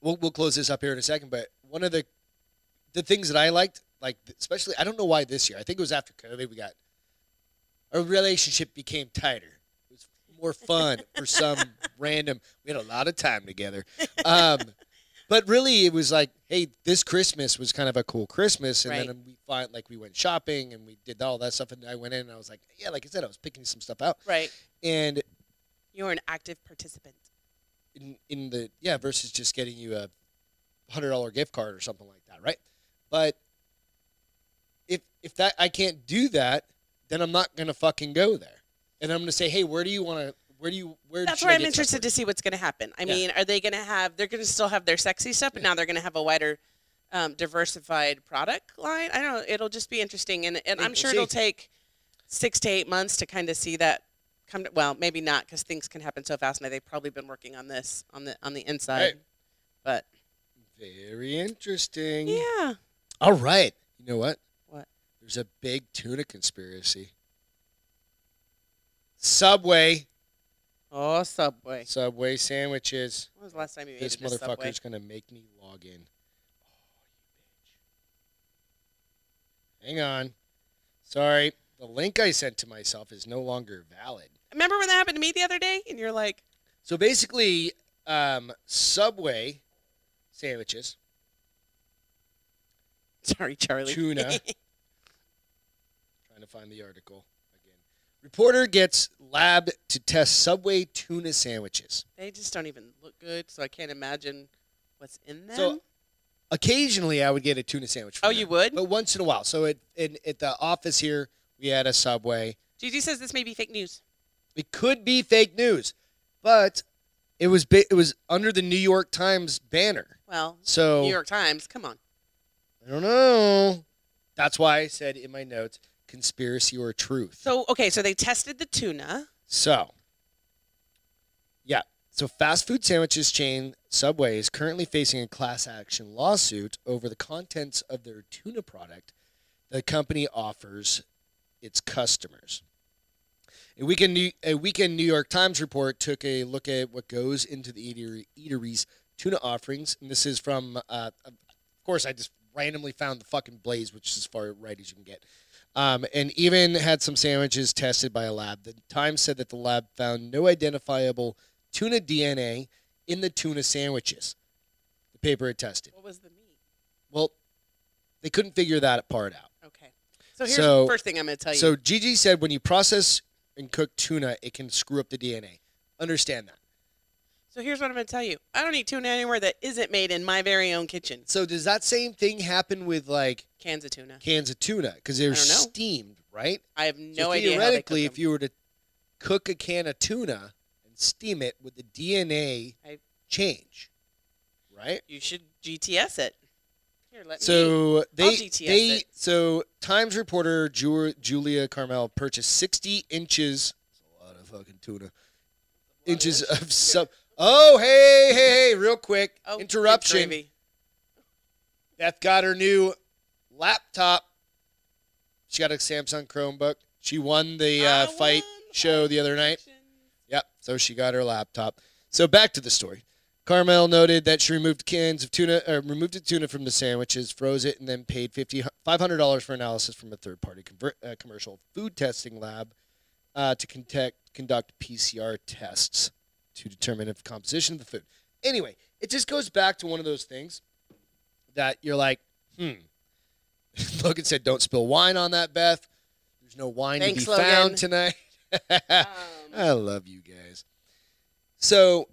A: we'll we'll close this up here in a second. But one of the the things that I liked, like especially, I don't know why this year. I think it was after COVID. We got our relationship became tighter. It was more fun for some random. We had a lot of time together. Um, but really, it was like, hey, this Christmas was kind of a cool Christmas, and then we find like we went shopping and we did all that stuff. And I went in and I was like, yeah, like I said, I was picking some stuff out,
B: Right,
A: and
B: you're an active participant.
A: in, in the yeah versus just getting you a hundred dollar gift card or something like that, right? But if if that I can't do that, then I'm not gonna fucking go there, and I'm gonna say, hey, where do you want to? Where do you? Where?
B: That's
A: should
B: where
A: I
B: I'm
A: get stuff
B: interested
A: for
B: to
A: you?
B: see what's going to happen. I
A: Yeah.
B: mean, are they going to have? They're going to still have their sexy stuff, but now they're going to have a wider, um, diversified product line. I don't. know. It'll just be interesting, and and
A: We'll
B: I'm sure it'll
A: see.
B: take six to eight months to kind of see that come. To, well, maybe not because things can happen so fast, and they've probably been working on this on the on the inside.
A: Right.
B: But
A: Very interesting.
B: yeah,
A: All right. You know what?
B: What?
A: There's a big tuna conspiracy. Subway,
B: oh Subway.
A: Subway sandwiches.
B: When was the last time you
A: This
B: ate at a Subway?
A: motherfucker's gonna make me log in. Oh, you bitch. Hang on. Sorry, the link I sent to myself is no longer valid.
B: Remember when that happened to me the other day? And you're like,
A: So basically, um, Subway sandwiches,
B: sorry, Charlie.
A: tuna. trying to find the article again. Reporter gets lab to test Subway tuna sandwiches.
B: They just don't even look good, so I can't imagine what's in them.
A: So, Occasionally, I would get a tuna sandwich. From
B: oh, you
A: them,
B: would?
A: But once in a while. So at in, at the office here, we had a Subway.
B: Gigi says this may be fake news.
A: It could be fake news, but it was ba- it was under the New York Times banner.
B: Well,
A: So
B: New York Times, come on.
A: I don't know. That's why I said in my notes conspiracy or truth.
B: So, okay, so they tested the tuna.
A: So, yeah. So, fast food sandwiches chain Subway is currently facing a class action lawsuit over the contents of their tuna product the company offers its customers. A weekend, New, a weekend New York Times report took a look at what goes into the eatery, eatery's tuna offerings. And this is from, uh, of course, I just randomly found the fucking Blaze, which is as far right as you can get um, and even had some sandwiches tested by a lab. The Times said that the lab found no identifiable tuna DNA in the tuna sandwiches the paper had tested.
B: What was the meat?
A: Well, they couldn't figure that part out.
B: Okay. So here's
A: So-
B: the first thing I'm going to tell you.
A: So Gigi said when you process and cook tuna, it can screw up the DNA. Understand that.
B: so here's what I'm going to tell you. I don't eat tuna anywhere that isn't made in my very own kitchen.
A: So does that same thing happen with like
B: Cans of tuna.
A: cans of tuna because they're
B: I don't know.
A: steamed, right?
B: I have
A: So
B: no idea. how they cook
A: theoretically,
B: them.
A: if you were to cook a can of tuna and steam it, would the DNA
B: I-
A: change? Right.
B: you should GTS it. Here, let me.
A: So
B: I'll
A: they
B: GTS
A: they
B: it.
A: so Times reporter Ju- Julia Carmel purchased 60 inches. That's a lot of fucking tuna. Inches of sub. Oh hey hey hey! Real quick
B: Oh, good
A: interruption.
B: gravy.
A: Beth got her new laptop. She got a Samsung Chromebook. She won the
B: I
A: uh, fight
B: won
A: show the other night.
B: auction.
A: Yep. So she got her laptop. So back to the story. Carmel noted that she removed cans of tuna, or removed the tuna from the sandwiches, froze it, and then paid 50 $500 for analysis from a third-party conver- uh, commercial food testing lab uh, to contact, conduct PCR tests to determine if composition of the food. Anyway, it just goes back to one of those things that you're like, hmm. Logan said, "Don't spill wine on that, Beth." There's no wine
B: Thanks,
A: to be found
B: Logan.
A: tonight.
B: Um,
A: I love you guys. So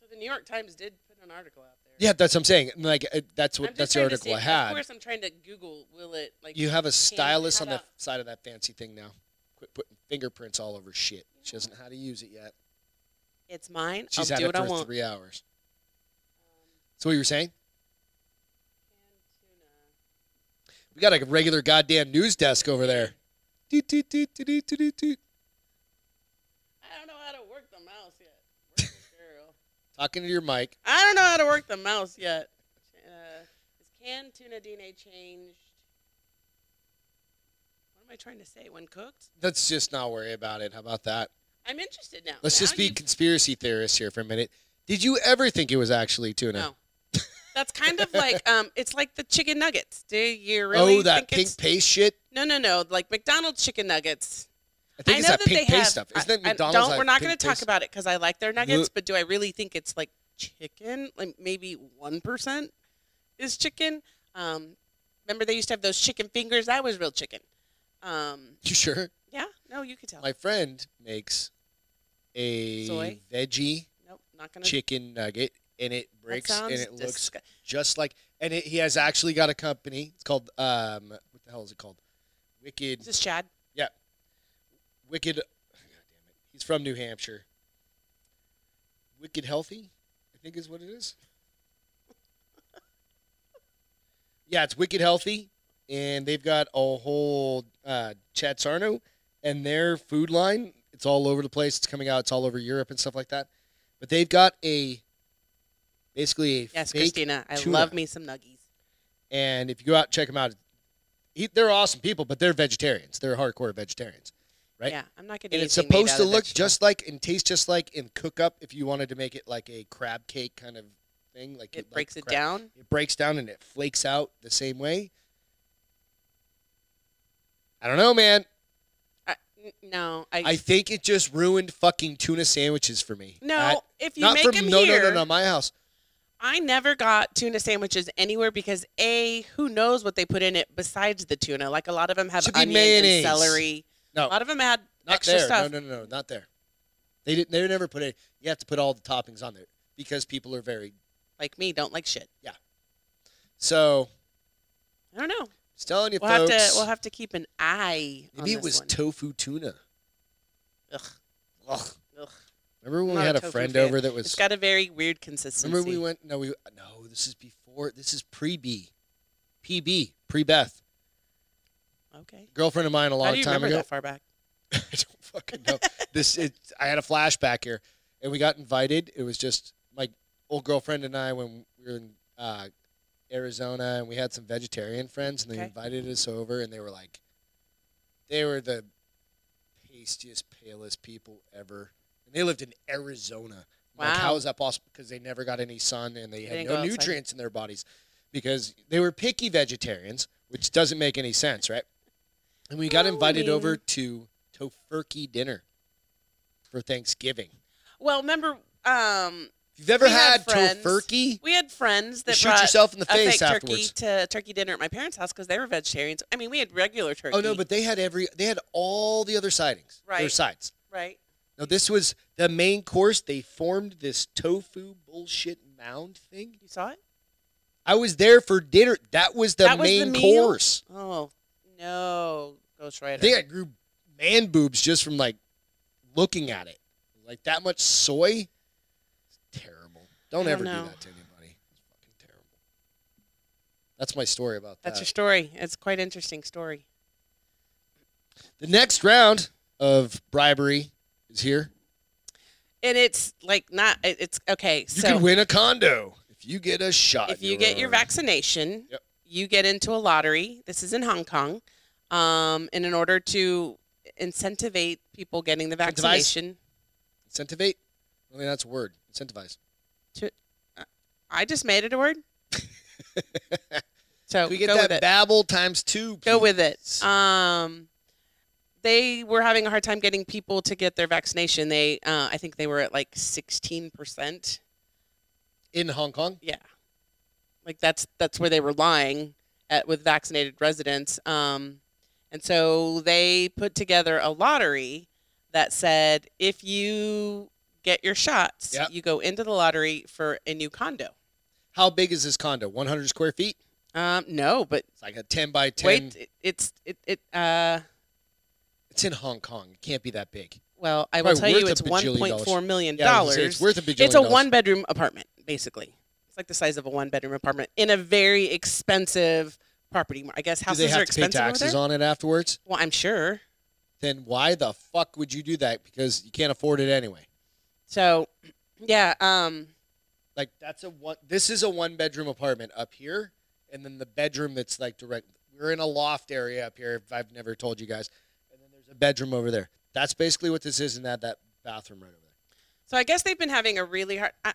B: So the New York Times did put an article out there.
A: yeah, that's what I'm saying. And, Like uh, that's
B: I'm
A: what
B: just
A: that's the
B: trying to
A: article
B: see-
A: I
B: Of
A: had.
B: course, I'm trying to Google. Will it like?
A: You have a stylus
B: how
A: on the
B: about-
A: f- side of that fancy thing now. Quit putting fingerprints all over shit. She doesn't know how to use it yet.
B: it's mine.
A: She's
B: I'll
A: had
B: do
A: it
B: what I
A: for
B: want.
A: three hours. So what you were saying? We got a regular goddamn news desk over there. Doot, doot, doot, doot, doot, doot, doot.
B: I don't know how to work the mouse yet. Work it, girl.
A: Talking to your mic.
B: I don't know how to work the mouse yet. Uh, is canned tuna DNA changed? What am I trying to say? When cooked?
A: Let's just not worry about it. How about that?
B: I'm interested now.
A: Let's
B: Now
A: just be
B: you-
A: conspiracy theorists here for a minute. Did you ever think it was actually tuna?
B: No. That's kind of like um, it's like the chicken nuggets. Do you really?
A: oh, that
B: think
A: pink
B: it's-
A: paste shit.
B: No, no, no. Like McDonald's chicken nuggets.
A: I think
B: I
A: it's
B: know
A: that
B: that
A: pink
B: they
A: paste
B: have,
A: stuff.
B: I-
A: Isn't it
B: I
A: McDonald's?
B: Don't.
A: like
B: We're not
A: pink
B: going to talk
A: paste?
B: about it because I like their
A: Look.
B: nuggets, but do I really think it's like chicken? Like maybe one percent is chicken. Um, remember they used to have those chicken fingers? That was real chicken. Um,
A: You sure?
B: yeah. No, you could tell.
A: My friend makes a
B: Soy?
A: veggie
B: nope, not going to.
A: chicken nugget, and it breaks and it looks
B: Disgu-
A: just like. And it, he has actually got a company. It's called um, what the hell is it called? Wicked
B: is this Chad?
A: Wicked. God damn it. He's from New Hampshire. Wicked Healthy, I think is what it is. yeah, it's Wicked Healthy, and they've got a whole uh, Chad Sarno and their food line. It's all over the place. It's coming out. It's all over Europe and stuff like that. But they've got a basically a
B: Yes,
A: fake
B: Christina. I
A: tuna.
B: love me some nuggies.
A: and if you go out and check them out, he, they're awesome people, but they're vegetarians. They're hardcore vegetarians, right?
B: Yeah, I'm not going to.
A: and it's supposed to look just like and taste just like and cook up if you wanted to make it like a crab cake kind of thing like you'd
B: It
A: like
B: breaks it
A: crab-
B: down.
A: it breaks down and it flakes out the same way i don't know man
B: I, n- no, I.
A: i think it just ruined fucking tuna sandwiches for me
B: no,
A: At-
B: if you
A: not
B: make
A: from
B: them
A: no
B: here,
A: no no no my house
B: I never got tuna sandwiches anywhere because a who knows what they put in it besides the tuna. Like a lot of them have
A: Should be
B: onion
A: mayonnaise.
B: and celery.
A: No.
B: a lot of them had
A: not
B: extra
A: there
B: stuff.
A: no no no no not there they didn't they never put it you have to put all the toppings on there because people are very
B: Like me, don't like shit.
A: so
B: I don't know.
A: just telling you
B: We'll
A: folks
B: have to we'll have to keep an eye.
A: maybe
B: on
A: it
B: this
A: was
B: one.
A: tofu tuna
B: Ugh,
A: Ugh.
B: ugh.
A: Remember when
B: Not
A: we
B: a
A: had a
B: tofu
A: friend
B: fan.
A: over that
B: It's
A: was.
B: got a very weird consistency.
A: Remember we went? No, we no. This is before. This is pre B, PB, pre Beth.
B: okay.
A: Girlfriend of mine a
B: How
A: long
B: do you
A: time
B: remember
A: ago.
B: that far back?
A: I don't fucking know. this it, I had a flashback here, and we got invited. It was just my old girlfriend and I when we were in uh, Arizona, and we had some vegetarian friends, and they
B: Okay.
A: invited us over, and they were like, they were the pastiest, palest people ever, and they lived in Arizona. I'm Like,
B: Wow.
A: how is that possible? Because they never got any sun, and
B: They
A: they had
B: didn't
A: no
B: go outside.
A: nutrients in their bodies, because they were picky vegetarians, which doesn't make any sense, right? And we got
B: Well, I
A: invited
B: mean-
A: over to Tofurkey dinner for Thanksgiving.
B: Well, remember um,
A: If you've ever
B: We had
A: had,
B: friends
A: Tofurkey,
B: we had friends
A: you
B: that
A: shoot
B: brought
A: yourself in the
B: a fake
A: face
B: turkey
A: afterwards.
B: to turkey dinner at my parents' house because they were vegetarians. I mean, we had regular turkey.
A: Oh no, but they had every they had all the other sidings. Their
B: Right.
A: sides.
B: right.
A: No, this was the main course. They formed this tofu bullshit mound thing.
B: You saw it?
A: I was there for dinner. That was the
B: That was the
A: main
B: meal?
A: course.
B: Oh no, Ghost
A: I
B: Rider.
A: think I grew man boobs just from like looking at it. Like that much soy. It's terrible. Don't,
B: I
A: ever
B: don't
A: do
B: know.
A: that to anybody. It's fucking terrible. That's my story about
B: That's
A: that.
B: your story. It's quite interesting story.
A: the next round of bribery is here.
B: And it's like not. it- It's okay.
A: You
B: so
A: can win a condo if you get a shot.
B: if you get your vaccination,
A: Yep.
B: you get into a lottery. This is in Hong Kong. Um, and in order to incentivate people getting the vaccination,
A: incentivate. I think that's a word. Incentivize.
B: I just made it a word. so
A: Can we get
B: Oh, go with
A: that
B: it.
A: babble times two.
B: go with
A: please?
B: it. Um, they were having a hard time getting people to get their vaccination. They, uh, I think they were at like sixteen percent.
A: in Hong Kong.
B: Yeah, like that's that's where they were lying at with vaccinated residents. Um, and so they put together a lottery that said if you get your shots,
A: Yep.
B: you go into the lottery for a new condo.
A: How big is this condo? 100 square feet.
B: Um, no, but
A: It's like a 10 by 10.
B: wait, it, it's it it uh.
A: It's in Hong Kong. It can't be that big.
B: Well, I will
A: Probably
B: tell
A: worth
B: you,
A: a
B: it's
A: bajillion
B: one
A: dollars.
B: point four million
A: Yeah, I
B: dollars.
A: was gonna say, it's worth a bajillion
B: It's a
A: dollars.
B: one-bedroom apartment, basically. It's like the size of a one-bedroom apartment in a very expensive property. mar- I guess
A: Do
B: houses
A: they have
B: are
A: to pay
B: expensive over
A: taxes
B: there.
A: on it afterwards?
B: well, I'm sure.
A: Then why the fuck would you do that? Because you can't afford it anyway.
B: So, yeah. Um,
A: Like that's a one. This is a one bedroom apartment up here, and then the bedroom that's like direct. We're in a loft area up here. If I've never told you guys, and then there's a bedroom over there. That's basically what this is, and that that bathroom right over there.
B: so I guess they've been having a really hard. I, I,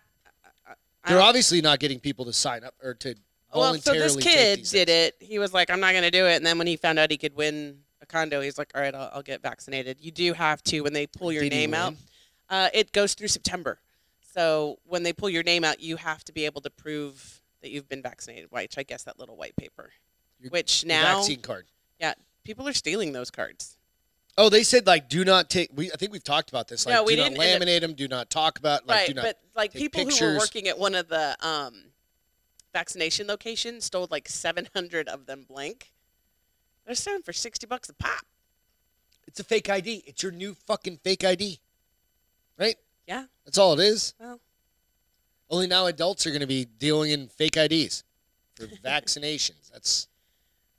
B: I
A: They're
B: don't-
A: obviously not getting people to sign up or to
B: Well, so
A: voluntarily
B: this
A: take
B: kid
A: these
B: did
A: things.
B: it. He was like, "I'm not going to do it." And then when he found out he could win a condo, he's like, "All right, I'll, I'll get vaccinated." You do have to when they pull your
A: Did he
B: name out.
A: win?
B: Uh, it goes through September, so when they pull your name out, you have to be able to prove that you've been vaccinated. Which I guess that little white paper,
A: Your-
B: which
A: The
B: now
A: vaccine card.
B: people are stealing those cards.
A: Oh, they said like do not take. We I think we've talked about this. Like
B: No, we
A: do
B: didn't,
A: not
B: and
A: laminate them. Do not talk about. Like,
B: right,
A: do not,
B: but like
A: take
B: people who were
A: pictures.
B: working at one of the um, vaccination locations stole like 700 of them blank. They're selling for 60 bucks a pop.
A: it's a fake ID. It's your new fucking fake ID, right?
B: Yeah.
A: That's all it is.
B: Well.
A: Only now adults are going to be dealing in fake IDs for vaccinations. That's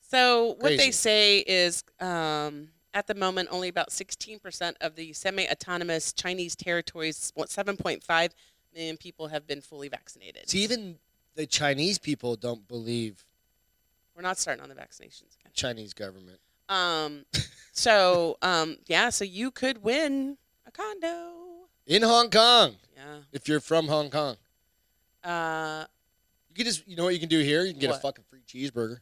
B: So what they
A: Crazy.
B: say is, um, at the moment, only about 16% of the semi-autonomous Chinese territories, what 7.5 million people, have been fully vaccinated.
A: see, even the Chinese people don't believe
B: We're not starting on the vaccinations. again.
A: Chinese government.
B: Um, so um, yeah, so you could win a condo.
A: In Hong Kong,
B: Yeah.
A: if you're from Hong Kong,
B: Uh,
A: you can just you know what you can do here. You can get
B: What?
A: a fucking free cheeseburger.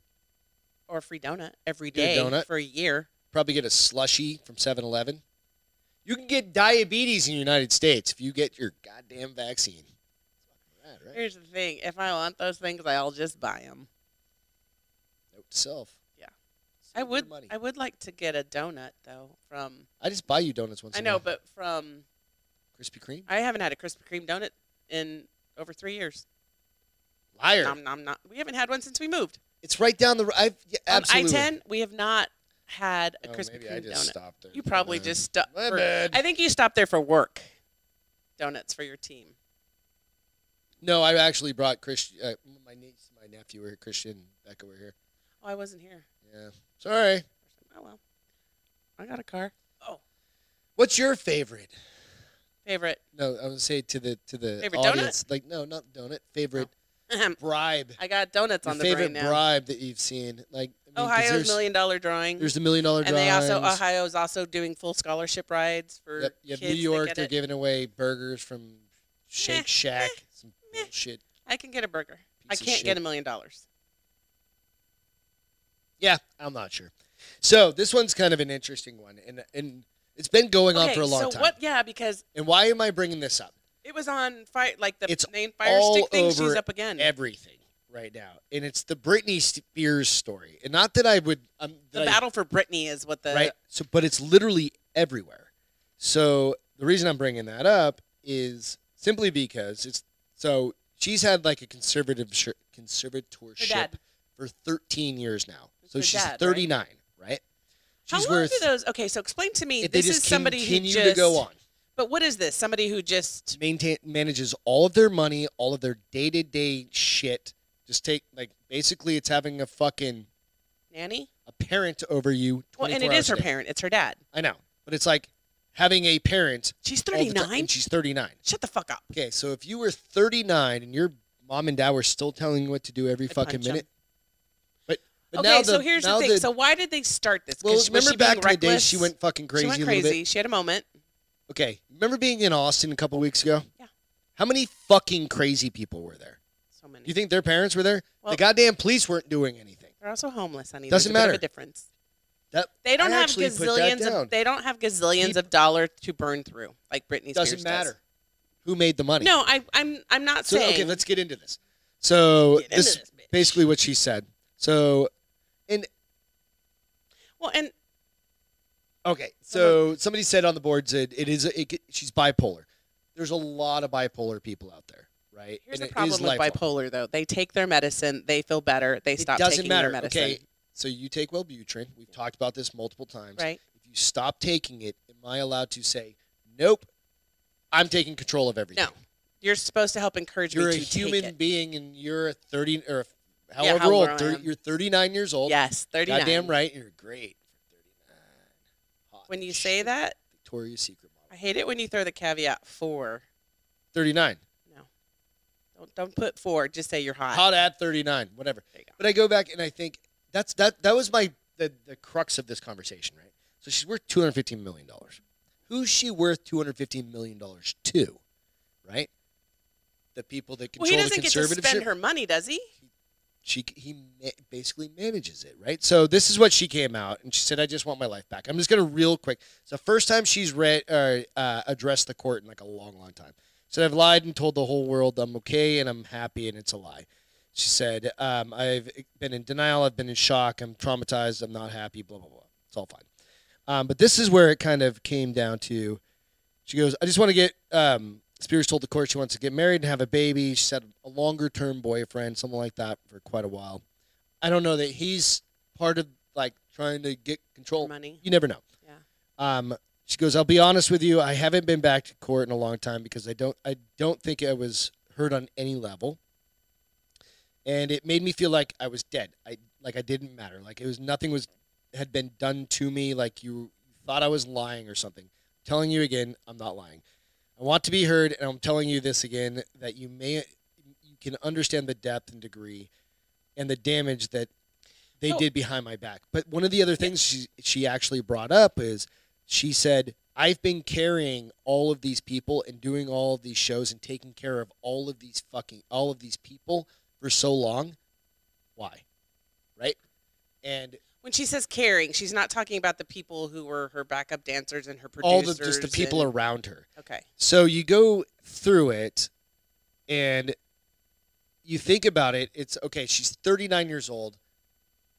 B: or a free donut every
A: Get a
B: day
A: donut.
B: for a year.
A: probably get a slushy from 7-Eleven. You can get diabetes in the United States if you get your goddamn vaccine. Right, right?
B: Here's the thing: if I want those things, I'll just buy them.
A: Note to self.
B: Yeah.
A: Save
B: I
A: your
B: would.
A: Money.
B: I would like to get a donut though from.
A: I just buy you donuts once.
B: I
A: in a
B: know,
A: while.
B: but from
A: Krispy Kreme.
B: I haven't had a Krispy Kreme donut in over three years.
A: Liar.
B: Nom nom nom. We haven't had one since we moved.
A: it's right down the. r- I've yeah,
B: On
A: absolutely.
B: I-10, we have not had um, a
A: Oh,
B: Krispy
A: maybe
B: Kreme
A: I just
B: donut.
A: stopped there.
B: You probably
A: My bad.
B: just stopped.
A: My bad.
B: I think you stopped there for work. Donuts for your team.
A: No, I actually brought Christian. Uh, my niece, my nephew, were here. Christian Becca were here.
B: Oh, I wasn't here.
A: Yeah. Sorry.
B: Oh well. I got a car. Oh,
A: What's your favorite?
B: favorite.
A: No, I would say to the to the
B: Favorite donut?
A: audience. Like no, not donut. Favorite
B: I
A: bribe.
B: got donuts
A: Your
B: on the brain
A: favorite
B: now.
A: bribe that you've seen, like I mean, 'cause
B: Ohio's
A: there's,
B: million dollar drawing.
A: There's the million dollar
B: and they also
A: drawings.
B: Ohio's also doing full scholarship rides for
A: Yep, you have
B: kids
A: New
B: that
A: York.
B: get
A: They're
B: it.
A: giving away burgers from Shake
B: Meh,
A: Shack.
B: meh,
A: Some
B: meh.
A: bullshit.
B: I can get a burger. I
A: Piece of
B: can't get
A: shit.
B: a million dollars.
A: Yeah, I'm not sure. So this one's kind of an interesting one, and and it's been going on for a long
B: so
A: time.
B: what? Yeah, because
A: And why am I bringing this up?
B: it was on fire, like the
A: It's
B: main fire
A: all
B: stick thing. She's
A: over
B: up again.
A: Everything right now, and it's the Britney Spears story. And not that I would. Um,
B: the
A: that I-
B: battle for Britney is what the
A: right? So, but it's literally everywhere. So the reason I'm bringing that up is simply because it's so she's had like a conservative sh-
B: her
A: conservatorship
B: dad.
A: for 13 years now.
B: It's
A: So
B: her
A: she's
B: dad, right?
A: 39, right?
B: How
A: She's
B: long
A: worth.
B: do those? Okay, so explain to me.
A: if they
B: This
A: just
B: is somebody who
A: continue
B: just.
A: to go on,
B: But what is this? Somebody who just
A: maintain manages all of their money, all of their day to day shit. Just take like basically, it's having a fucking
B: nanny?
A: a parent over you. 24
B: Well, and it
A: hours
B: is her
A: a day.
B: parent. It's her dad.
A: I know, but it's like having a parent.
B: She's
A: all the time,
B: 39.
A: and she's 39.
B: Shut the fuck up.
A: Okay, so if you were 39 and your mom and dad were still telling you what to do every
B: I'd
A: fucking
B: punch 'em.
A: minute, but but
B: okay,
A: now
B: so here's the
A: now
B: thing. so why did they start this? 'Cause
A: well,
B: was
A: remember
B: she being
A: back in the day, she
B: reckless?
A: went fucking crazy.
B: She went
A: a little
B: crazy.
A: Bit.
B: She had a moment.
A: Okay, remember being in Austin a couple weeks ago?
B: Yeah.
A: How many fucking crazy people were there?
B: So many.
A: You think their parents were there?
B: Well-
A: the goddamn police weren't doing anything.
B: They're also homeless, honey.
A: Doesn't
B: There's a bit
A: matter.
B: of a difference.
A: That
B: They don't
A: I
B: have
A: actually put that
B: gazillions
A: down.
B: of they don't have gazillions
A: Keep-
B: of dollar to burn through like Britney Spears
A: doesn't
B: does.
A: matter who made the money.
B: No, I, I'm I'm not
A: So
B: saying.
A: okay, let's get into this. So
B: Get into
A: this
B: this bitch.
A: basically what she said. So
B: Well, and
A: Okay,
B: Uh-huh.
A: so somebody said on the boards that it is it, it, she's bipolar. There's a lot of bipolar people out there, right?
B: here's
A: And
B: the
A: it
B: problem
A: is
B: with
A: lifelong.
B: bipolar though. They take their medicine, they feel better, they
A: It
B: stop
A: doesn't
B: taking
A: matter.
B: their medicine.
A: Okay, so you take Wellbutrin. We've talked about this multiple times.
B: Right.
A: If you stop taking it, am I allowed to say, "Nope, I'm taking control of everything"?
B: No. You're supposed to help encourage
A: You're a
B: me to take
A: human
B: it.
A: being, and you're a thirty or a-
B: Yeah,
A: however
B: how old
A: old,
B: I
A: thir-
B: am.
A: you're 39 years old.
B: Yes, 39.
A: Goddamn right, you're great for 39. Hot
B: When
A: as
B: you say
A: shit.
B: that,
A: Victoria's Secret
B: I
A: model.
B: hate it when you throw the caveat four.
A: 39.
B: Don't don't put four. Just say you're hot.
A: Hot at 39, whatever.
B: There you go.
A: But I go back and I think that's that that was my the, the crux of this conversation, right? So she's worth 215 million dollars. Who's she worth 215 million dollars to? Right? The people that
B: Well,
A: control
B: he
A: the
B: doesn't get to
A: conservative
B: spend her money, does he?
A: she he ma- basically manages it, right? So this is what she came out and she said, "I just want my life back." I'm just gonna real quick. It's the first time she's read or uh, addressed the court in like a long, long time. She said, "I've lied and told the whole world I'm okay and I'm happy and it's a lie." She said, um, "I've been in denial. I've been in shock. I'm traumatized. I'm not happy. Blah blah blah. It's all fine." Um, but this is where it kind of came down to. She goes, I just want to get. Um, Spears told the court she wants to get married and have a baby. She said a longer term boyfriend, something like that, for quite a while. I don't know that he's part of like trying to get control.
B: Money.
A: You never know.
B: Yeah.
A: Um, she goes, I'll be honest with you. I haven't been back to court in a long time because I don't. I don't think I was heard on any level, and it made me feel like I was dead. I like I didn't matter. Like it was nothing was had been done to me. Like you thought I was lying or something. telling you again, I'm not lying. I want to be heard, and I'm telling you this again that you may you can understand the depth and degree and the damage that they
B: So-
A: did behind my back. But one of the other things she she actually brought up is she said I've been carrying all of these people and doing all of these shows and taking care of all of these fucking all of these people for so long. Why? Right? And
B: When she says caring, she's not talking about the people who were her backup dancers and her
A: all
B: producers.
A: the just the people
B: and-
A: around her.
B: Okay.
A: So you go through it and you think about it. It's okay, she's 39 years old.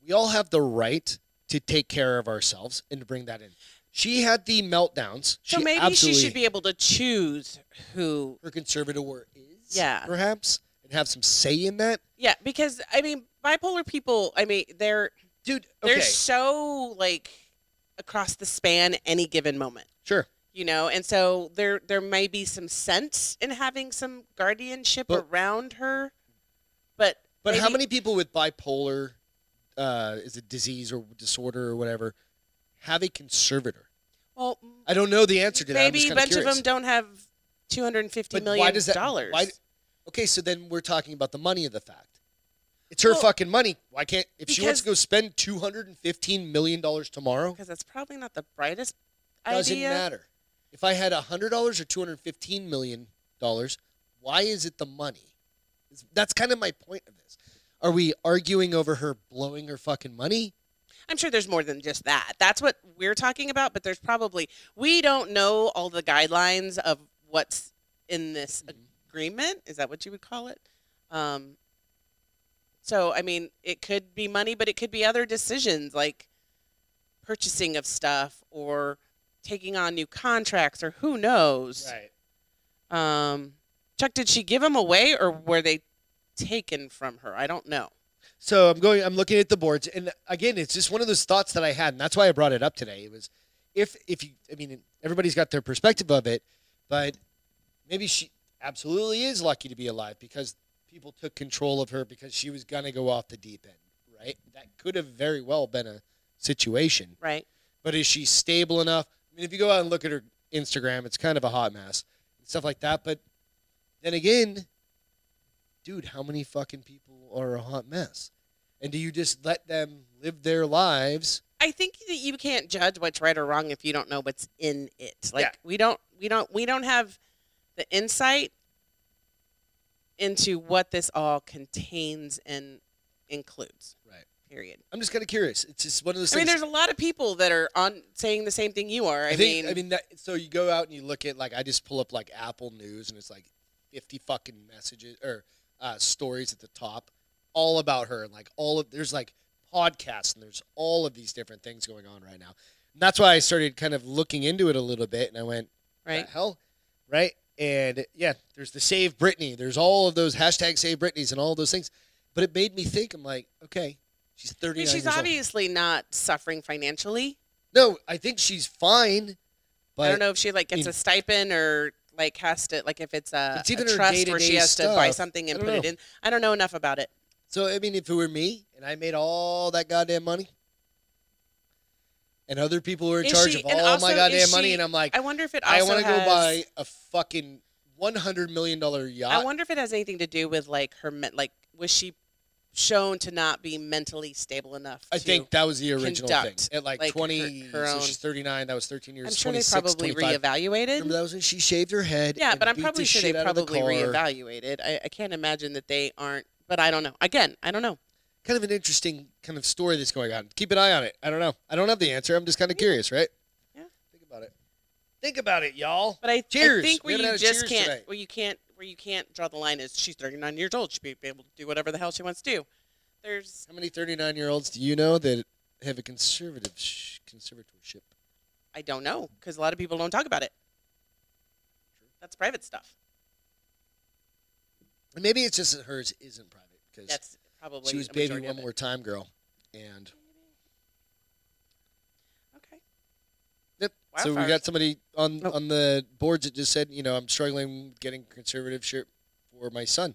A: We all have the right to take care of ourselves and to bring that in. She had the meltdowns.
B: So
A: she
B: maybe she
A: absolutely-
B: should be able to choose who.
A: her conservator is.
B: Yeah.
A: Perhaps and have some say in that.
B: Yeah, because I mean, bipolar people. I mean, they're
A: Dude,
B: they're
A: okay.
B: so like across the span any given moment.
A: Sure.
B: you know and so there there may be some sense in having some guardianship
A: But-
B: around her but
A: But how
B: maybe-
A: many people with bipolar uh, is a disease or disorder or whatever have a conservator?
B: well
A: I don't know the answer to that. I'm
B: maybe
A: just
B: a
A: kinda
B: bunch
A: curious.
B: of them don't have 250
A: But
B: million
A: why does that-
B: dollars
A: why- Okay, so then we're talking about the money of the fact. It's her
B: Well,
A: fucking money. Why can't if she wants to go
B: because-
A: spend two hundred and fifteen million dollars tomorrow?
B: because that's probably not the brightest
A: Doesn't
B: idea
A: matter. If I had hundred dollars or two hundred fifteen million dollars, why is it the money? It's- That's kind of my point of this. Are we arguing over her blowing her fucking money?
B: i'm sure there's more than just that that's what we're talking about but there's probably we don't know all the guidelines of what's in this agreement is that what you would call it um, so i mean it could be money but it could be other decisions like purchasing of stuff or taking on new contracts or who knows
A: Right.
B: um, chuck did she give them away or were they taken from her i don't know
A: So I'm going. I'm looking at the boards, and again, it's just one of those thoughts that I had, and that's why I brought it up today. It was, if if you, I mean, everybody's got their perspective of it, but maybe she absolutely is lucky to be alive because people took control of her because she was gonna go off the deep end, right? That could have very well been a situation.
B: right
A: But is she stable enough? I mean, if you go out and look at her Instagram, it's kind of a hot mess and stuff like that. But then again, dude, how many fucking people are a hot mess? And do you just let them live their lives?
B: I think that you can't judge what's right or wrong if you don't know what's in it. Like
A: Yeah.
B: we don't we don't we don't have the insight into what this all contains and includes.
A: Right.
B: Period.
A: I'm just kind of curious. It's just one of those
B: I mean,
A: things.
B: there's a lot of people that are on saying the same thing you are. I,
A: think,
B: mean,
A: I mean, that, so you go out and you look at like I just pull up like Apple News and it's like 50 fucking messages or uh, stories at the top, all about her and like all of there's like podcasts and there's all of these different things going on right now. And that's why I started kind of looking into it a little bit and I went,
B: right?
A: the hell, right? And yeah, there's the Save Britney. There's all of those hashtag Save Britneys and all those things. But it made me think. I'm like, okay, she's
B: I
A: 39
B: mean, she's
A: years old.
B: obviously not suffering financially.
A: No, I think she's fine. But
B: I don't know if she like gets
A: in-
B: a stipend or like has to like if it's a,
A: It's even
B: a
A: her
B: trust where
A: day-to-day
B: she has to buy
A: stuff.
B: something and
A: I
B: put
A: don't
B: it
A: know.
B: in. I don't know enough about it.
A: So I mean, if it were me and I made all that goddamn money, and other people were in
B: Is
A: charge
B: she-
A: of
B: and
A: all my
B: also,
A: goddamn
B: is
A: money,
B: she-
A: and I'm like,
B: I wonder if it. Also
A: I want to go
B: has-
A: buy a fucking one hundred million dollar
B: I
A: yacht.
B: wonder if it has anything to do with like her. Men- like, was she shown to not be mentally stable enough?
A: I
B: to-
A: think that was the original
B: conduct,
A: thing. At like,
B: like, her-
A: twenty,
B: her
A: so
B: own-
A: she's thirty nine. That was thirteen years.
B: I'm sure they
A: 26,
B: probably
A: 25. Remember
B: reevaluated.
A: that was when she shaved her head.
B: Yeah,
A: and
B: but I'm
A: beat the
B: probably sure they
A: shit out of the
B: probably
A: car.
B: reevaluated. I, I can't imagine that they aren't. But I don't know. Again, I don't know.
A: Kind of an interesting kind of story that's going on. Keep an eye on it. I don't know. I don't have the answer. I'm just kind of curious, right?
B: Yeah.
A: Think about it. Think about it, y'all.
B: But I, I
A: Cheers.
B: think
A: We
B: where
A: haven't
B: you
A: had a
B: just
A: cheers
B: can't,
A: tonight.
B: where you can't, where you can't draw the line is she's 39 years old. She would be able to do whatever the hell she wants to do. There's,
A: How many 39 year olds do you know that have a conservative sh- conservatorship?
B: I don't know, because a lot of people don't talk about it. That's private stuff.
A: And Maybe it's just that hers isn't private because
B: That's probably.
A: she was
B: a
A: baby
B: majority of
A: one
B: it.
A: more time girl, and
B: Okay.
A: yep. So we
B: Wildfires.
A: got somebody on
B: Oh.
A: on the boards that just said, you know, I'm struggling getting conservative ship for my son.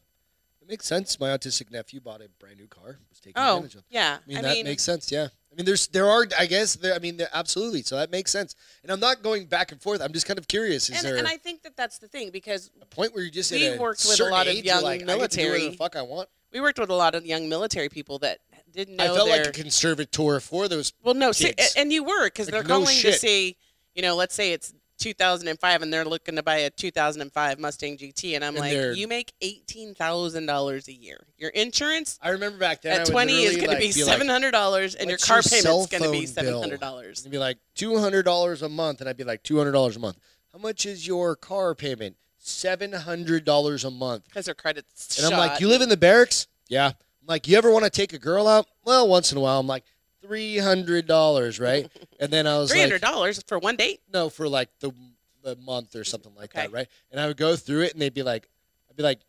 A: It makes sense. My autistic nephew bought a brand new car. Was taken
B: Oh,
A: advantage of.
B: yeah.
A: I mean, that makes sense. Yeah. I mean, there's there are I guess there, I mean there, absolutely. So that makes sense. And I'm not going back and forth. I'm just kind of curious. Is
B: and,
A: there
B: and I think that that's the thing because
A: a point where you just
B: we
A: at a
B: worked with a
A: certain
B: lot of
A: age, you're
B: young
A: like, I get to do whatever the
B: military
A: fuck I want.
B: we worked with a lot of young military people that didn't know
A: I felt
B: their
A: like a conservator for those.
B: well, no, see,
A: kids.
B: and you were because
A: Like,
B: they're
A: no
B: calling to
A: shit.
B: see, you know, let's say it's 2005 and they're looking to buy a 2005 Mustang GT, and I'm
A: And they're-
B: like, you make eighteen thousand dollars a year. Your insurance
A: I remember back then. I
B: at
A: would
B: 20 is
A: literally,
B: going
A: like,
B: to be
A: be like-
B: seven hundred dollars, and your
A: "What's
B: car
A: your cell
B: payment's going to be
A: phone bill?"
B: seven hundred dollars.
A: It'd be like two hundred dollars a month, and I'd be like two hundred dollars a month. How much is your car payment? Seven hundred dollars a month.
B: Because their credit's
A: And I'm
B: shot.
A: like, you live in the barracks? Yeah. I'm like, you ever want to take a girl out? Well, once in a while. I'm like, three hundred dollars, right? and then I was
B: three
A: like,
B: hundred dollars for one date.
A: no, for like the, the month or something like that,
B: Okay.
A: right? And I would go through it, and they'd be like, I'd be like,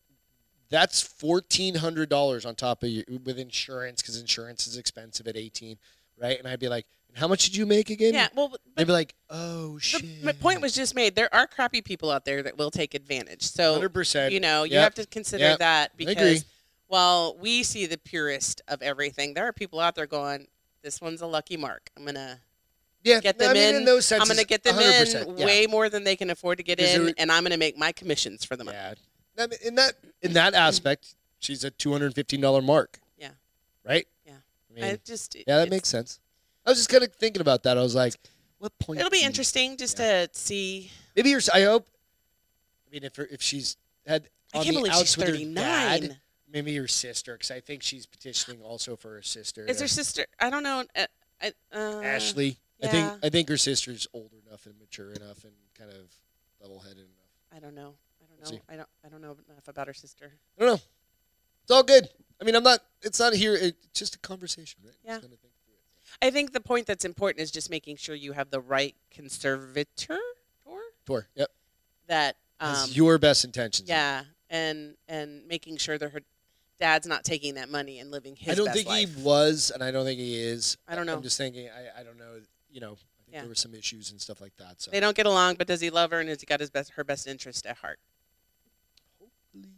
A: that's fourteen hundred dollars on top of you with insurance because insurance is expensive at eighteen, right? And I'd be like, and how much did you make again?
B: Yeah, well, but
A: They'd be like, oh
B: the,
A: shit.
B: my point was just made. There are crappy people out there that will take advantage. So
A: hundred percent.
B: you know you
A: Yep.
B: have to consider
A: Yep.
B: that
A: agree.
B: because while we see the purest of everything there are people out there going this one's a lucky mark i'm gonna
A: Yeah,
B: get
A: no,
B: them
A: I mean,
B: in,
A: in those
B: i'm
A: senses,
B: gonna get them
A: 100%,
B: in
A: yeah.
B: way more than they can afford to get
A: Because
B: in
A: there-
B: and i'm gonna make my commissions for the month
A: Yeah. I mean, in that in that aspect, she's a two hundred and fifteen dollar mark.
B: Yeah.
A: Right.
B: Yeah.
A: I mean,
B: I just
A: yeah, that
B: it's-
A: makes sense. I was just kind of thinking about that. I was like, what point?
B: it'll be
A: do you-
B: interesting just to see
A: Maybe you're. s- I hope. I mean, if her, if she's had
B: i
A: on
B: can't
A: the
B: believe
A: outs
B: she's
A: with her
B: 39
A: dad, maybe your sister, because I think she's petitioning also for her sister.
B: is her sister i don't know uh, I, uh,
A: Ashley? I think
B: yeah.
A: I think her sister's old enough and mature enough and kind of level headed enough.
B: i don't know i don't know
A: We'll see.
B: i don't i don't know enough about her sister
A: I don't know. It's all good. I mean, I'm not. It's not here. It's just a conversation, right?
B: Yeah.
A: Just kinda think through it.
B: I think the point that's important is just making sure you have the right conservator
A: Tour. Yep.
B: that um,
A: Has your best intentions.
B: yeah, and and making sure that her dad's not taking that money and living his
A: I don't
B: best
A: think
B: life.
A: he was, and I don't think he is.
B: I don't know.
A: I'm just thinking. I, I don't know. You know, I think
B: Yeah.
A: there were some issues and stuff like that. So
B: They don't get along, but does he love her and has he got his best her best interest at heart?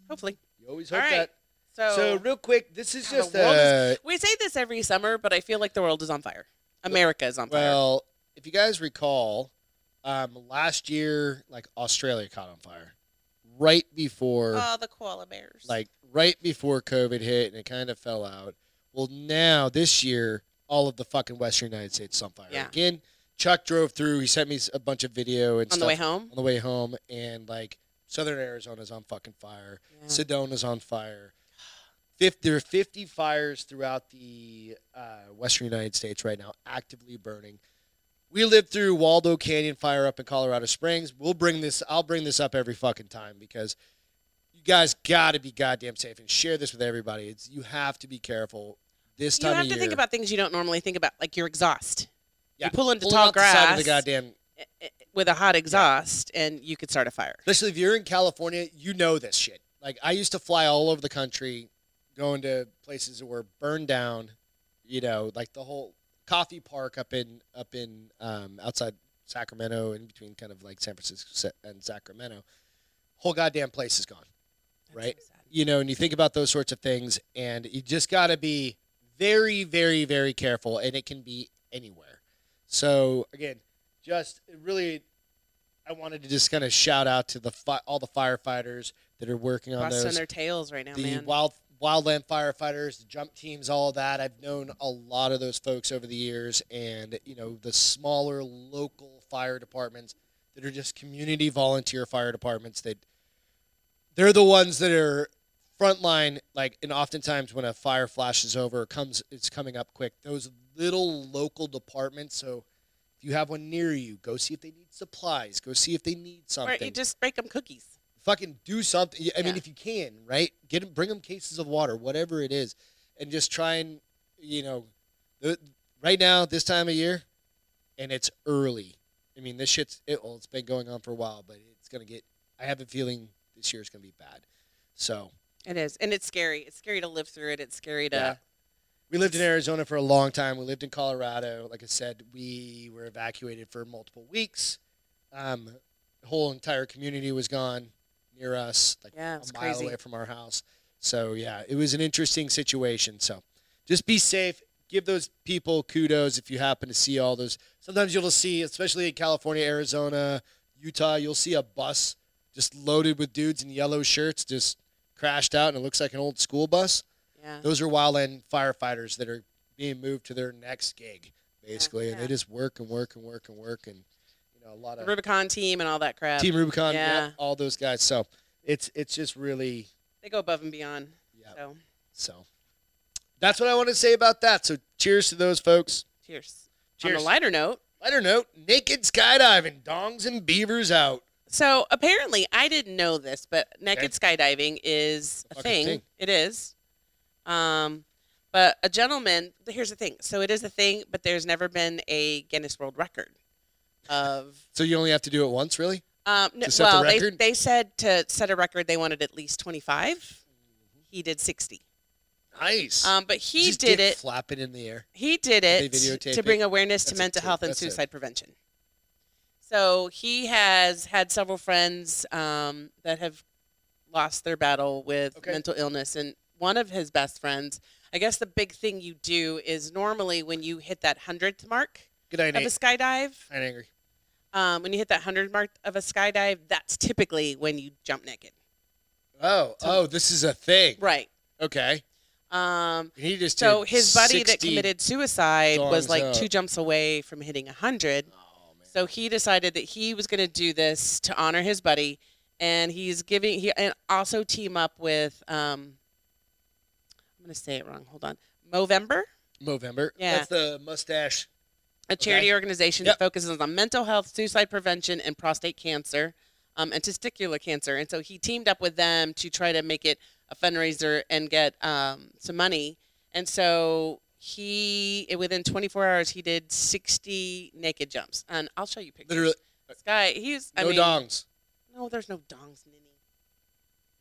B: Hopefully.
A: You always
B: All
A: hope
B: right. So,
A: that. So real quick, this is
B: God, the
A: just
B: world
A: a
B: we say this every summer, but I feel like the world is on fire. America is on fire.
A: well. If you guys recall, um, last year, like Australia caught on fire right before
B: oh, the koala bears.
A: like right before COVID hit and it kind of fell out. Well, now this year, all of the fucking Western United States is on fire
B: Yeah.
A: again. Chuck drove through. He sent me s- a bunch of video and
B: on
A: stuff
B: the way home.
A: on the way home, and like Southern Arizona's on fucking fire.
B: Yeah.
A: Sedona's on fire. Fif- there are 50 fires throughout the uh, Western United States right now, actively burning. We lived through Waldo Canyon fire up in Colorado Springs. We'll bring this. I'll bring this up every fucking time because you guys got to be goddamn safe and share this with everybody. It's you have to be careful this time
B: you have
A: of
B: to
A: year.
B: think about things you don't normally think about, like your exhaust.
A: Yeah.
B: You pull into
A: pulling
B: tall
A: out the
B: grass.
A: side of the goddamn
B: with a hot exhaust and you could start a fire.
A: Especially if you're in California, you know this shit. Like I used to fly all over the country, going to places that were burned down. You know, like the whole coffee park up in up in um, outside Sacramento, in between kind of like San Francisco sa- and Sacramento. Whole goddamn place is gone. Right. you know, and you think about those sorts of things, and you just got to be very, very, very careful, and it can be anywhere. So again, just really, I wanted to just kind of shout out to the fi- all the firefighters that are working on
B: Busting
A: those,
B: their tails right now,
A: the
B: man.
A: wild wildland firefighters, the jump teams, all of that. I've known a lot of those folks over the years, and you know, the smaller local fire departments that are just community volunteer fire departments that they're the ones that are frontline like and oftentimes when a fire flashes over it comes it's coming up quick those little local departments so if you have one near you go see if they need supplies go see if they need something
B: Right, you just bake them cookies.
A: fucking do something i mean
B: Yeah.
A: if you can right get 'em- bring them cases of water whatever it is and just try and you know the, right now this time of year and it's early i mean this shit's it, well, it's been going on for a while but it's gonna get i have a feeling this year's gonna be bad so
B: It is, and it's scary. It's scary to live through it. It's scary to.
A: Yeah. We lived in Arizona for a long time. We lived in Colorado. Like I said, we were evacuated for multiple weeks. Um, the whole entire community was gone near us, like
B: Yeah,
A: a
B: it's
A: mile
B: crazy.
A: away from our house. So yeah, it was an interesting situation. So just be safe. Give those people kudos if you happen to see all those. Sometimes you'll see, especially in California, Arizona, Utah, you'll see a bus just loaded with dudes in yellow shirts just crashed out and it looks like an old school bus
B: Yeah.
A: those are wildland firefighters that are being moved to their next gig basically and
B: Yeah.
A: they just work and work and work and work and you know a lot
B: The
A: of
B: Rubicon team and all that crap.
A: team rubicon yeah.
B: Yeah.
A: all those guys so it's it's just really
B: They go above and beyond.
A: yeah
B: So,
A: so that's what i want to say about that so cheers to those folks
B: cheers. On
A: Cheers.
B: a lighter note,
A: lighter note naked skydiving dongs and beavers out
B: so apparently I didn't know this, but naked skydiving is
A: It's a
B: a
A: fucking
B: thing.
A: thing.
B: It is. Um, but a gentleman. Here's the thing. So it is a thing, but there's never been a Guinness World Record of.
A: so you only have to do it once really
B: Um, no,
A: To set the
B: well, they,
A: record?
B: they said to set a record, they wanted at least 25. He did 60.
A: nice
B: Um, but he
A: Just
B: did
A: dick
B: it.
A: flapping in the air
B: He did
A: Did
B: it
A: they videotape
B: to bring awareness
A: That's
B: to mental
A: it,
B: health and
A: that's it.
B: suicide prevention. So he has had several friends um, that have lost their battle with
A: Okay.
B: mental illness, and one of his best friends. I guess the big thing you do is normally when you hit that hundredth mark
A: good night
B: of a
A: Nate.
B: skydive,
A: i'm angry
B: um, when you hit that hundred mark of a skydive, that's typically when you jump naked.
A: oh
B: So-
A: oh this is a thing
B: Right.
A: okay
B: Um,
A: he just
B: so
A: did
B: his buddy that
A: 60
B: committed suicide
A: dongs
B: was like
A: up.
B: two jumps away from hitting a hundred.
A: Oh, man.
B: So he decided that he was going to do this to honor his buddy, and he's giving he and also team up with um, I'm going to say it wrong. Hold on, Movember,
A: Movember.
B: Yeah.
A: That's the mustache.
B: a charity organization
A: Yep.
B: that focuses on mental health, suicide prevention, and prostate cancer, um, and testicular cancer. And so he teamed up with them to try to make it a fundraiser and get um, some money. And so he within 24 hours he did 60 naked jumps, and I'll show you pictures.
A: Literally, uh,
B: This guy, he's I
A: no
B: mean,
A: dongs.
B: No, there's no dongs, Nini.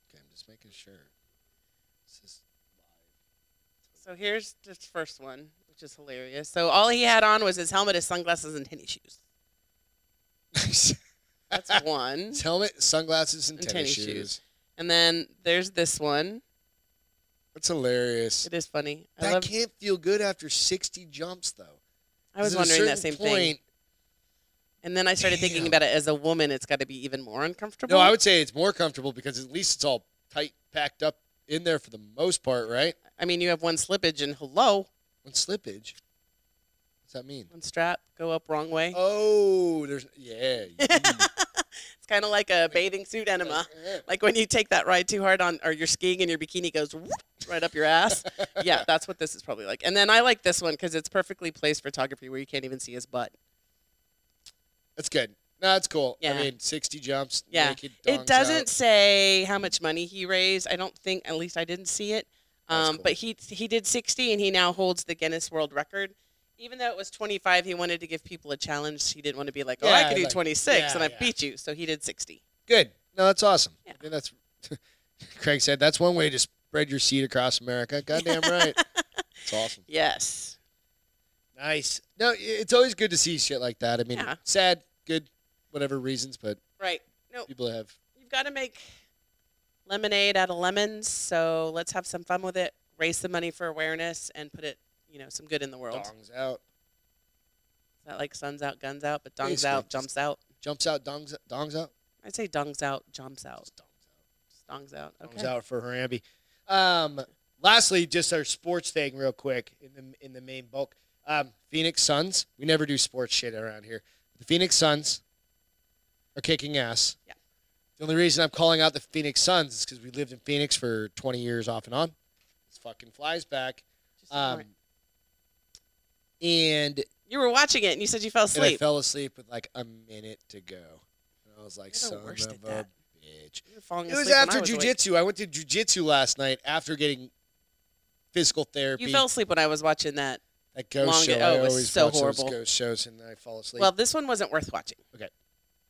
A: Okay, I'm just making sure. This is
B: So here's this first one, which is hilarious. So all he had on was his helmet, his sunglasses, and tennis shoes.
A: live.
B: That's one.
A: His helmet, sunglasses, and,
B: And tennis
A: tennis, shoes.
B: shoes. And then there's this one.
A: That's hilarious.
B: It is funny. I
A: that
B: love.
A: can't feel good after 60 jumps, though.
B: I was
A: At a
B: wondering that
A: certain
B: same thing.
A: point-
B: And then I started
A: Damn.
B: thinking about it as a woman. It's got to be even more uncomfortable.
A: No, I would say it's more comfortable because at least it's all tight, packed up in there for the most part, right?
B: I mean, you have one slippage and hello,
A: When slippage, what's that mean?
B: one strap go up wrong way.
A: Oh, there's yeah. yee.
B: It's kind of like a bathing suit enema.
A: Yeah.
B: Like when you take that ride too hard on, or you're skiing and your bikini goes whoop right up your ass. yeah, that's what this is probably like. And then I like this one because it's perfectly placed photography where you can't even see his butt.
A: That's good. No, that's cool.
B: Yeah.
A: I mean, 60 jumps.
B: Yeah.
A: naked, dongs
B: It doesn't
A: out.
B: say how much money he raised. I don't think, at least I didn't see it.
A: That's
B: Um,
A: cool.
B: But he he did 60, and he now holds the Guinness World Record. Even though it was 25, he wanted to give people a challenge. He didn't want to be like, "Oh, I
A: Yeah,
B: could do
A: like-
B: 26,
A: yeah,
B: and I
A: yeah.
B: beat you." So he did 60.
A: Good. No, that's awesome.
B: Yeah.
A: I mean, that's Craig said that's one way to spread your seed across America. Goddamn right. It's awesome.
B: Yes.
A: Nice. No, i- it's always good to see shit like that. I mean,
B: Yeah.
A: sad, good, whatever reasons, but
B: Right. No,
A: people have
B: you've got to make lemonade out of lemons. So let's have some fun with it. Raise the money for awareness and put it, you know, some good in the world.
A: Dongs out.
B: It's not like sun's out, guns out, but dongs
A: Basically,
B: out,
A: just-
B: jumps out.
A: Jumps out. Dongs. Dongs out.
B: I'd say dongs out, jumps out,
A: Just
B: dongs
A: dongs out.
B: out. Okay.
A: Thumbs out for Harambe. Um, lastly, just our sports thing, real quick, in the in the main bulk. Um, Phoenix Suns. We never do sports shit around here. The Phoenix Suns are kicking ass.
B: Yeah.
A: The only reason I'm calling out the Phoenix Suns is because we lived in Phoenix for 20 years off and on. This fucking flies back.
B: Just ignore
A: Um,
B: it.
A: and,
B: you were watching it and you said you fell
A: and I
B: asleep.
A: fell asleep with like a minute to go. And I was like,
B: You're the
A: son
B: worst
A: of
B: at that.
A: a bitch.
B: you were falling
A: It was
B: asleep when
A: after
B: I awake.
A: jujitsu. I went to jujitsu last night after getting physical therapy.
B: You fell asleep when I was watching that.
A: that ghost
B: long
A: show.
B: ago. Oh,
A: I
B: It was
A: always
B: so
A: watch
B: horrible.
A: those ghost shows and I fall asleep.
B: Well, this one wasn't worth watching.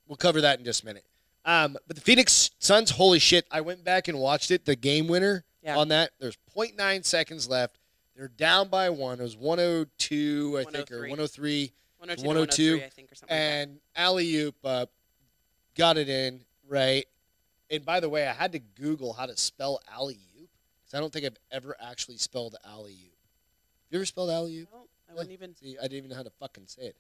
A: we'll cover that in just a minute. Um, but the Phoenix Suns, holy shit! I went back and watched it. The game winner
B: Yeah.
A: on that. There's 0.9 seconds left. They're down by one. It was 102, I think, or
B: 103. 102,
A: 103.
B: to
A: 102,
B: 103, I think, or something. like that.
A: and alley oop uh, got it in right. And by the way, I had to Google how to spell alley oop because I don't think I've ever actually spelled alley oop. You ever spelled alley oop?
B: No, I wouldn't even.
A: See, I didn't even know how to fucking say it.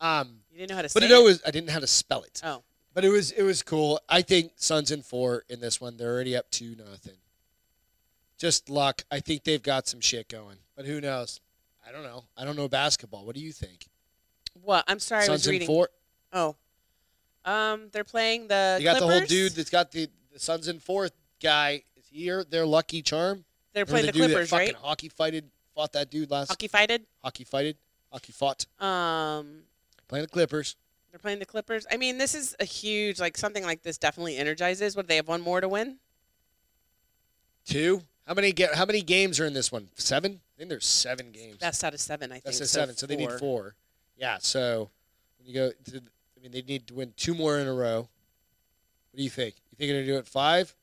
A: Um,
B: You didn't know how to
A: but
B: say
A: it always I didn't know how to spell it.
B: Oh,
A: But it was it was cool. I think Suns in four in this one. They're already up two nothing. Just luck. I think they've got some shit going, but who knows? I don't know. I don't know basketball. What do you think?
B: what? I'm sorry, I
A: Suns
B: was
A: in
B: reading.
A: four.
B: Oh, um, they're playing the.
A: You got the whole
B: Clippers.
A: dude that's got the, the Suns in fourth guy. Is he or their lucky charm?
B: They're
A: Remember
B: playing the,
A: dude
B: Clippers,
A: that
B: right?
A: fucking hockey fighted, fought that dude last
B: Hockey
A: hockey,
B: fighted.
A: fighted, hockey fought,
B: Um,
A: playing the Clippers.
B: they're playing the Clippers. I mean, this is a huge like something like this definitely energizes. What do they have? One more to win.
A: Two. How many get? How many games are in this one? Seven. I think there's seven games.
B: Best out of seven, I think.
A: That's a seven. So they need four. Yeah. So when you go, to, I mean, they need to win two more in a row. What do you think? You think they're gonna do it five?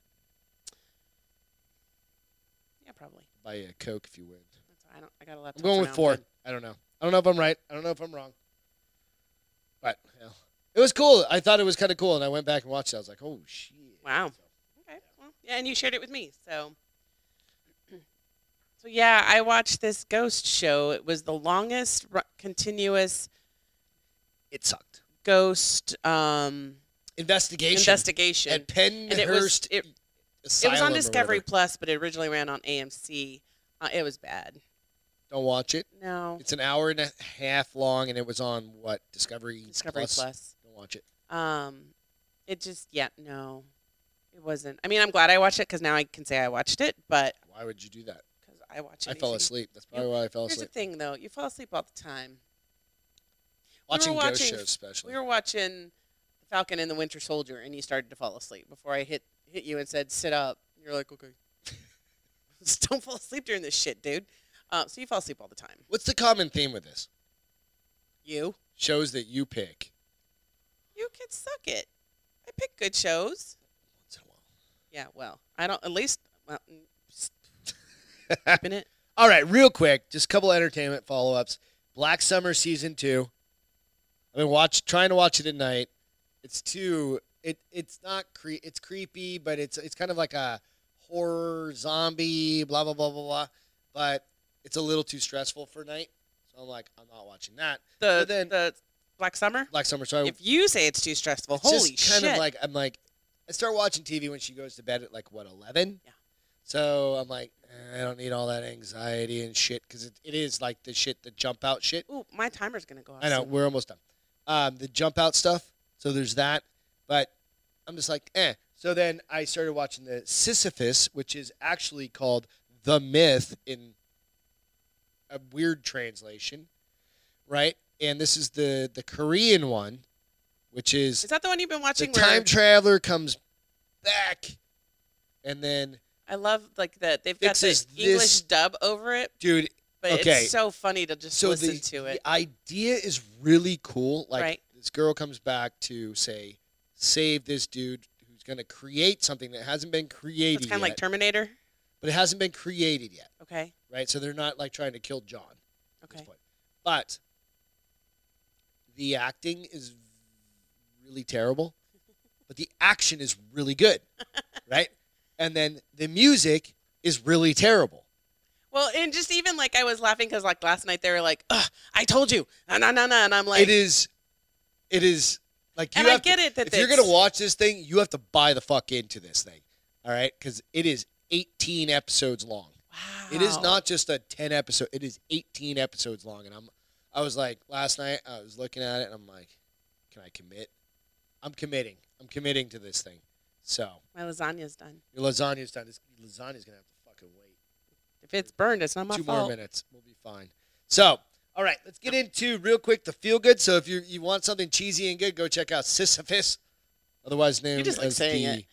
B: Yeah, probably.
A: Buy you a coke if you win.
B: That's, I don't. I got a laptop.
A: I'm going
B: for
A: with
B: now.
A: four.
B: Good.
A: I don't know. I don't know if I'm right. I don't know if I'm wrong. But yeah. it was cool. I thought it was kind of cool, and I went back and watched it. I was like, oh shit.
B: Wow. Okay. Well, yeah, and you shared it with me, so. So yeah, I watched this ghost show. It was the longest ru- continuous
A: It sucked.
B: ghost um,
A: Investigation.
B: investigation,
A: At Penn
B: and it was it, it was on Discovery Plus, but it originally ran on AMC. Uh, it was bad.
A: Don't watch it.
B: No,
A: It's E an hour and a half long, and it was on what Discovery
B: Discovery
A: Plus.
B: Plus.
A: Don't watch it.
B: Um, it just yeah, no, it wasn't. I mean, I'm glad I watched it because now I can say I watched it, but
A: Why would you do that?
B: because I watch
A: I
B: it,
A: fell asleep. That's probably why I fell
B: Here's
A: asleep.
B: the thing, though: you fall asleep all the time. were
A: Watching, ghost
B: watching-
A: shows, especially.
B: We were watching Falcon and the Winter Soldier, and you started to fall asleep before I hit hit you and said, "Sit up." You're like, "Okay." Just don't fall asleep during this shit, dude. Uh, so you fall asleep all the time.
A: What's the common theme with this?
B: You,
A: Shows that you pick.
B: you can suck it. I pick good shows.
A: Once in a while.
B: Yeah, well, I don't. At least, well, mm, psst. keeping it.
A: All right, real quick, just a couple of entertainment follow ups. Black Summer season two. I've been watch trying to watch it at night. It's too it it's not cre- it's creepy, but it's it's kind of like a horror zombie blah blah blah blah blah. But it's a little too stressful for night, so I'm like I'm not watching that.
B: The
A: But then-
B: the Black Summer.
A: Black Summer, so I
B: If you say it's too stressful,
A: It's
B: holy
A: just kind
B: shit!
A: of like I'm like I start watching TV when she goes to bed at like what eleven.
B: Yeah.
A: So I'm like eh, I don't need all that anxiety and shit because it, it is like the shit the jump out shit.
B: Ooh, my timer's gonna go off.
A: I know
B: soon.
A: we're almost done. Um, the jump out stuff. So there's that, but I'm just like eh. So then I started watching the Sisyphus, which is actually called the myth in a weird translation, right? And this is the the Korean one, which is
B: Is that the one you've been
A: the
B: watching? where
A: time traveler comes back and then
B: I love like that they've got the
A: fixes this-
B: English dub over it,
A: dude
B: but
A: Okay.
B: it's so funny to just
A: so
B: listen
A: the,
B: to it.
A: the idea is really cool like
B: Right.
A: this girl comes back to say save this dude who's going to create something that hasn't been created
B: It's kind of like
A: yet,
B: Terminator.
A: but it hasn't been created yet
B: Okay.
A: right so they're not like trying to kill john at this
B: Okay.
A: point but the acting is really terrible but the action is really good right and then the music is really terrible.
B: Well, and just even like I was laughing because like last night they were like, Ugh, I told you, na na na na, and I'm like,
A: it is, it is like you
B: and I
A: have to-
B: get it that
A: if you're
B: it's-
A: gonna watch this thing, you have to buy the fuck into this thing, all right? Because it is 18 episodes long. It is
B: Wow.
A: not just a 10 episode. It is 18 episodes long, and I'm, I was like last night, I was looking at it, and I'm like, can I commit? I'm committing. I'm committing to this thing. So
B: My lasagna's done.
A: your lasagna's done. This lasagna's gonna have to fucking wait
B: If it's burned, it's not my
A: two
B: fault.
A: more minutes. We'll be fine. So, all right, let's get into real quick the feel good. So, if you you want something cheesy and good, go check out Sisyphus, otherwise known
B: just like
A: as
B: saying
A: the
B: it.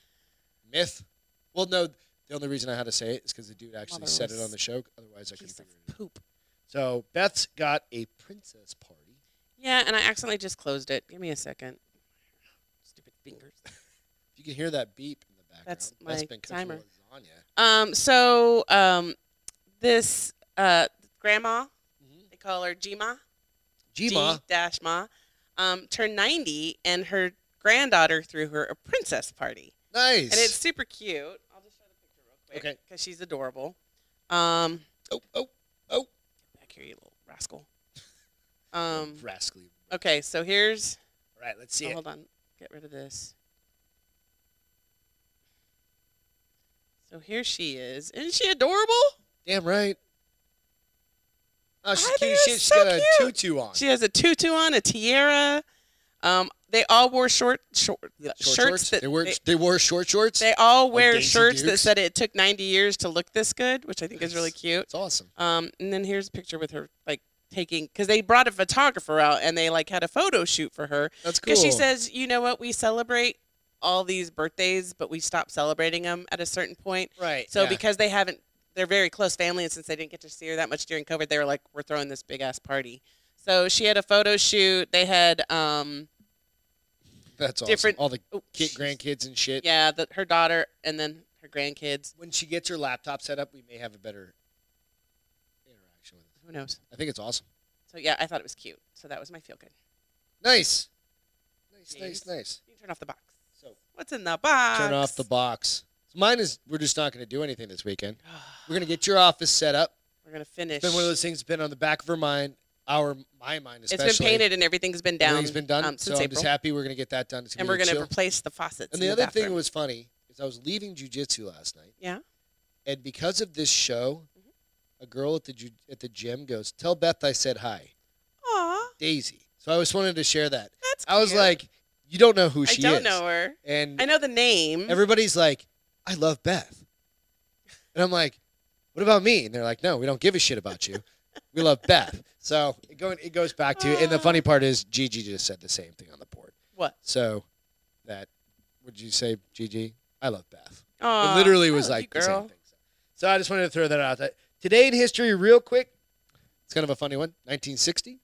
A: myth. Well, no, the only reason I had to say it is because the dude actually
B: Mother
A: said
B: was
A: it on the show. Otherwise, I couldn't
B: Piece
A: figure it out.
B: of poop.
A: So, Beth's got a princess party.
B: Yeah, and I accidentally just closed it. Give me a second. Stupid fingers.
A: If you can hear that beep in the background,
B: That's
A: Beth's
B: my
A: been cooking
B: timer.
A: lasagna.
B: Um, so um, this uh, grandma,
A: Mhm.
B: they call her Gima.
A: Gima,
B: dash ma, um, turned 90, and her granddaughter threw her a princess party,
A: nice.
B: and it's super cute. I'll just show the picture real quick,
A: Okay.
B: Because she's adorable. Um,
A: oh oh oh,
B: back here, you little rascal. Um,
A: rascally.
B: okay, so here's.
A: All right, let's see
B: Oh,
A: it.
B: hold on, get rid of this. So here she is. Isn't she adorable?
A: Damn right. Oh, she's
B: I
A: cute.
B: think
A: as
B: it's
A: shit. She's
B: so
A: got a
B: cute.
A: tutu on.
B: She has a tutu on, a tiara. Um, they all wore short, short, shirts
A: Short shorts?
B: that
A: they wore they, wore short shorts.
B: They all wear
A: Daisy
B: shirts that
A: Dukes.
B: said it took 90 years to look this good, which I think is really
A: Nice.
B: cute.
A: it's awesome.
B: Um, and then here's a picture with her like taking because they brought a photographer out and they like had a photo shoot for her
A: That's cool.
B: because she says, you know what, we celebrate all these birthdays, but we stop celebrating them at a certain point.
A: right.
B: So
A: yeah.
B: because they haven't, they're very close family, and since they didn't get to see her that much during COVID, they were like, we're throwing this big ass party. So she had a photo shoot. They had um,
A: that's awesome.
B: different-
A: All the
B: oh,
A: kid,
B: jeez.
A: grandkids and shit.
B: yeah, the, her daughter and then her grandkids.
A: When she gets her laptop set up, we may have a better interaction with it.
B: Who knows?
A: I think it's awesome.
B: So yeah, I thought it was cute. So that was my feel good.
A: Nice. Nice, nice,
B: Jeez.
A: nice.
B: You can turn off the box.
A: So
B: What's in the box?
A: turn off the box. So mine is we're just not going to do anything this weekend. We're going to get your office set up.
B: We're gonna finish.
A: It's been one of those things that's been on the back of her mind, our my mind
B: It's
A: especially.
B: been painted and everything's been down.
A: Everything's been done.
B: um,
A: so
B: since
A: I'm
B: April.
A: just happy we're going to get that done. It's
B: and we're
A: be
B: gonna
A: chill.
B: replace the faucets.
A: And
B: in
A: the other
B: bathroom.
A: thing that was funny is I was leaving jujitsu last night,
B: yeah.
A: and because of this show, a girl at the ju- at the gym goes, "Tell Beth I said hi,
B: Aw,
A: Daisy." So I just wanted to share that.
B: that's.
A: I was
B: cute.
A: like, "You don't know who
B: I
A: she
B: don't
A: is,"
B: know her.
A: and
B: I know the name.
A: everybody's like, "I love Beth," and I'm like, "What about me?" And they're like, "No, we don't give a shit about you. we love Beth." So it going it goes back to, and the funny part is, Gigi just said the same thing on the board.
B: what?
A: So that would you say, Gigi? I love Beth.
B: Aw,
A: It literally
B: I
A: was
B: love
A: like
B: you,
A: the same
B: girl.
A: thing. So I just wanted to throw that out. there. Today in history, real quick, it's kind of a funny one. 1960,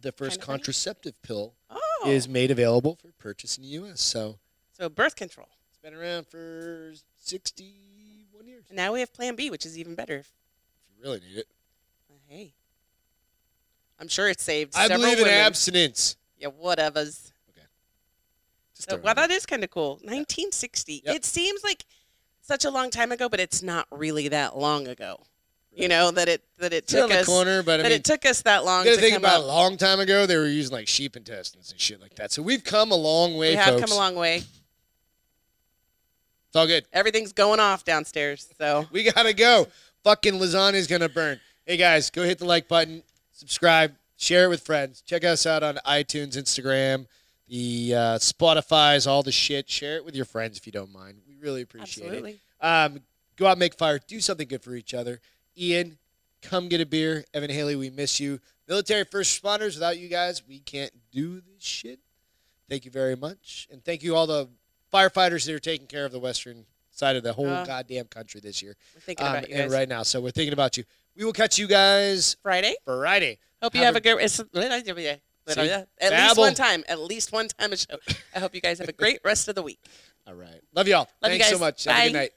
A: the first
B: Kinda funny.
A: contraceptive pill
B: Oh.
A: is made available for purchase in the U.S. So
B: so birth control.
A: it's been around for 61 years.
B: And now we have Plan B, which is even better. If,
A: If you really need it,
B: uh, hey. I'm sure it saved
A: I
B: several
A: believe in
B: women.
A: abstinence.
B: Yeah, whatevers.
A: Just
B: So,
A: throwing
B: wow,
A: it out.
B: that is kind of cool. 1960.
A: Yep.
B: It seems like such a long time ago, but it's not really that long ago. You
A: Right.
B: know that it that it
A: It's
B: took
A: like a
B: us
A: corner, but I
B: that
A: mean,
B: it took us that long
A: you
B: to
A: gotta think
B: come
A: about
B: up.
A: it, a long time ago. They were using like sheep intestines and shit like that. So we've come a long way,
B: we have
A: folks.
B: come a long way.
A: It's all good.
B: Everything's going off downstairs. So
A: We gotta go. Fucking lasagna's gonna burn. Hey guys, go hit the like button, subscribe, share it with friends. Check us out on iTunes, Instagram, the uh, Spotify's, all the shit. Share it with your friends if you don't mind. We really appreciate
B: absolutely,
A: it. Um, go out, make fire, do something good for each other. Ian, come get a beer. Evan Haley, we miss you. Military first responders, without you guys, we can't do this shit. Thank you very much, and thank you all the firefighters that are taking care of the western side of the whole
B: Uh,
A: goddamn country this year
B: we're thinking about
A: um,
B: you
A: and
B: guys.
A: right now. So we're thinking about you. We will catch you guys
B: Friday.
A: Friday.
B: Hope you have
A: Have a-
B: a good. It's, at least
A: babble.
B: one time. At least one time a show. I hope you guys have a great rest of the week.
A: All right. Love y'all.
B: Love you
A: Thanks so
B: guys.
A: much. Have a good
B: Bye.
A: night.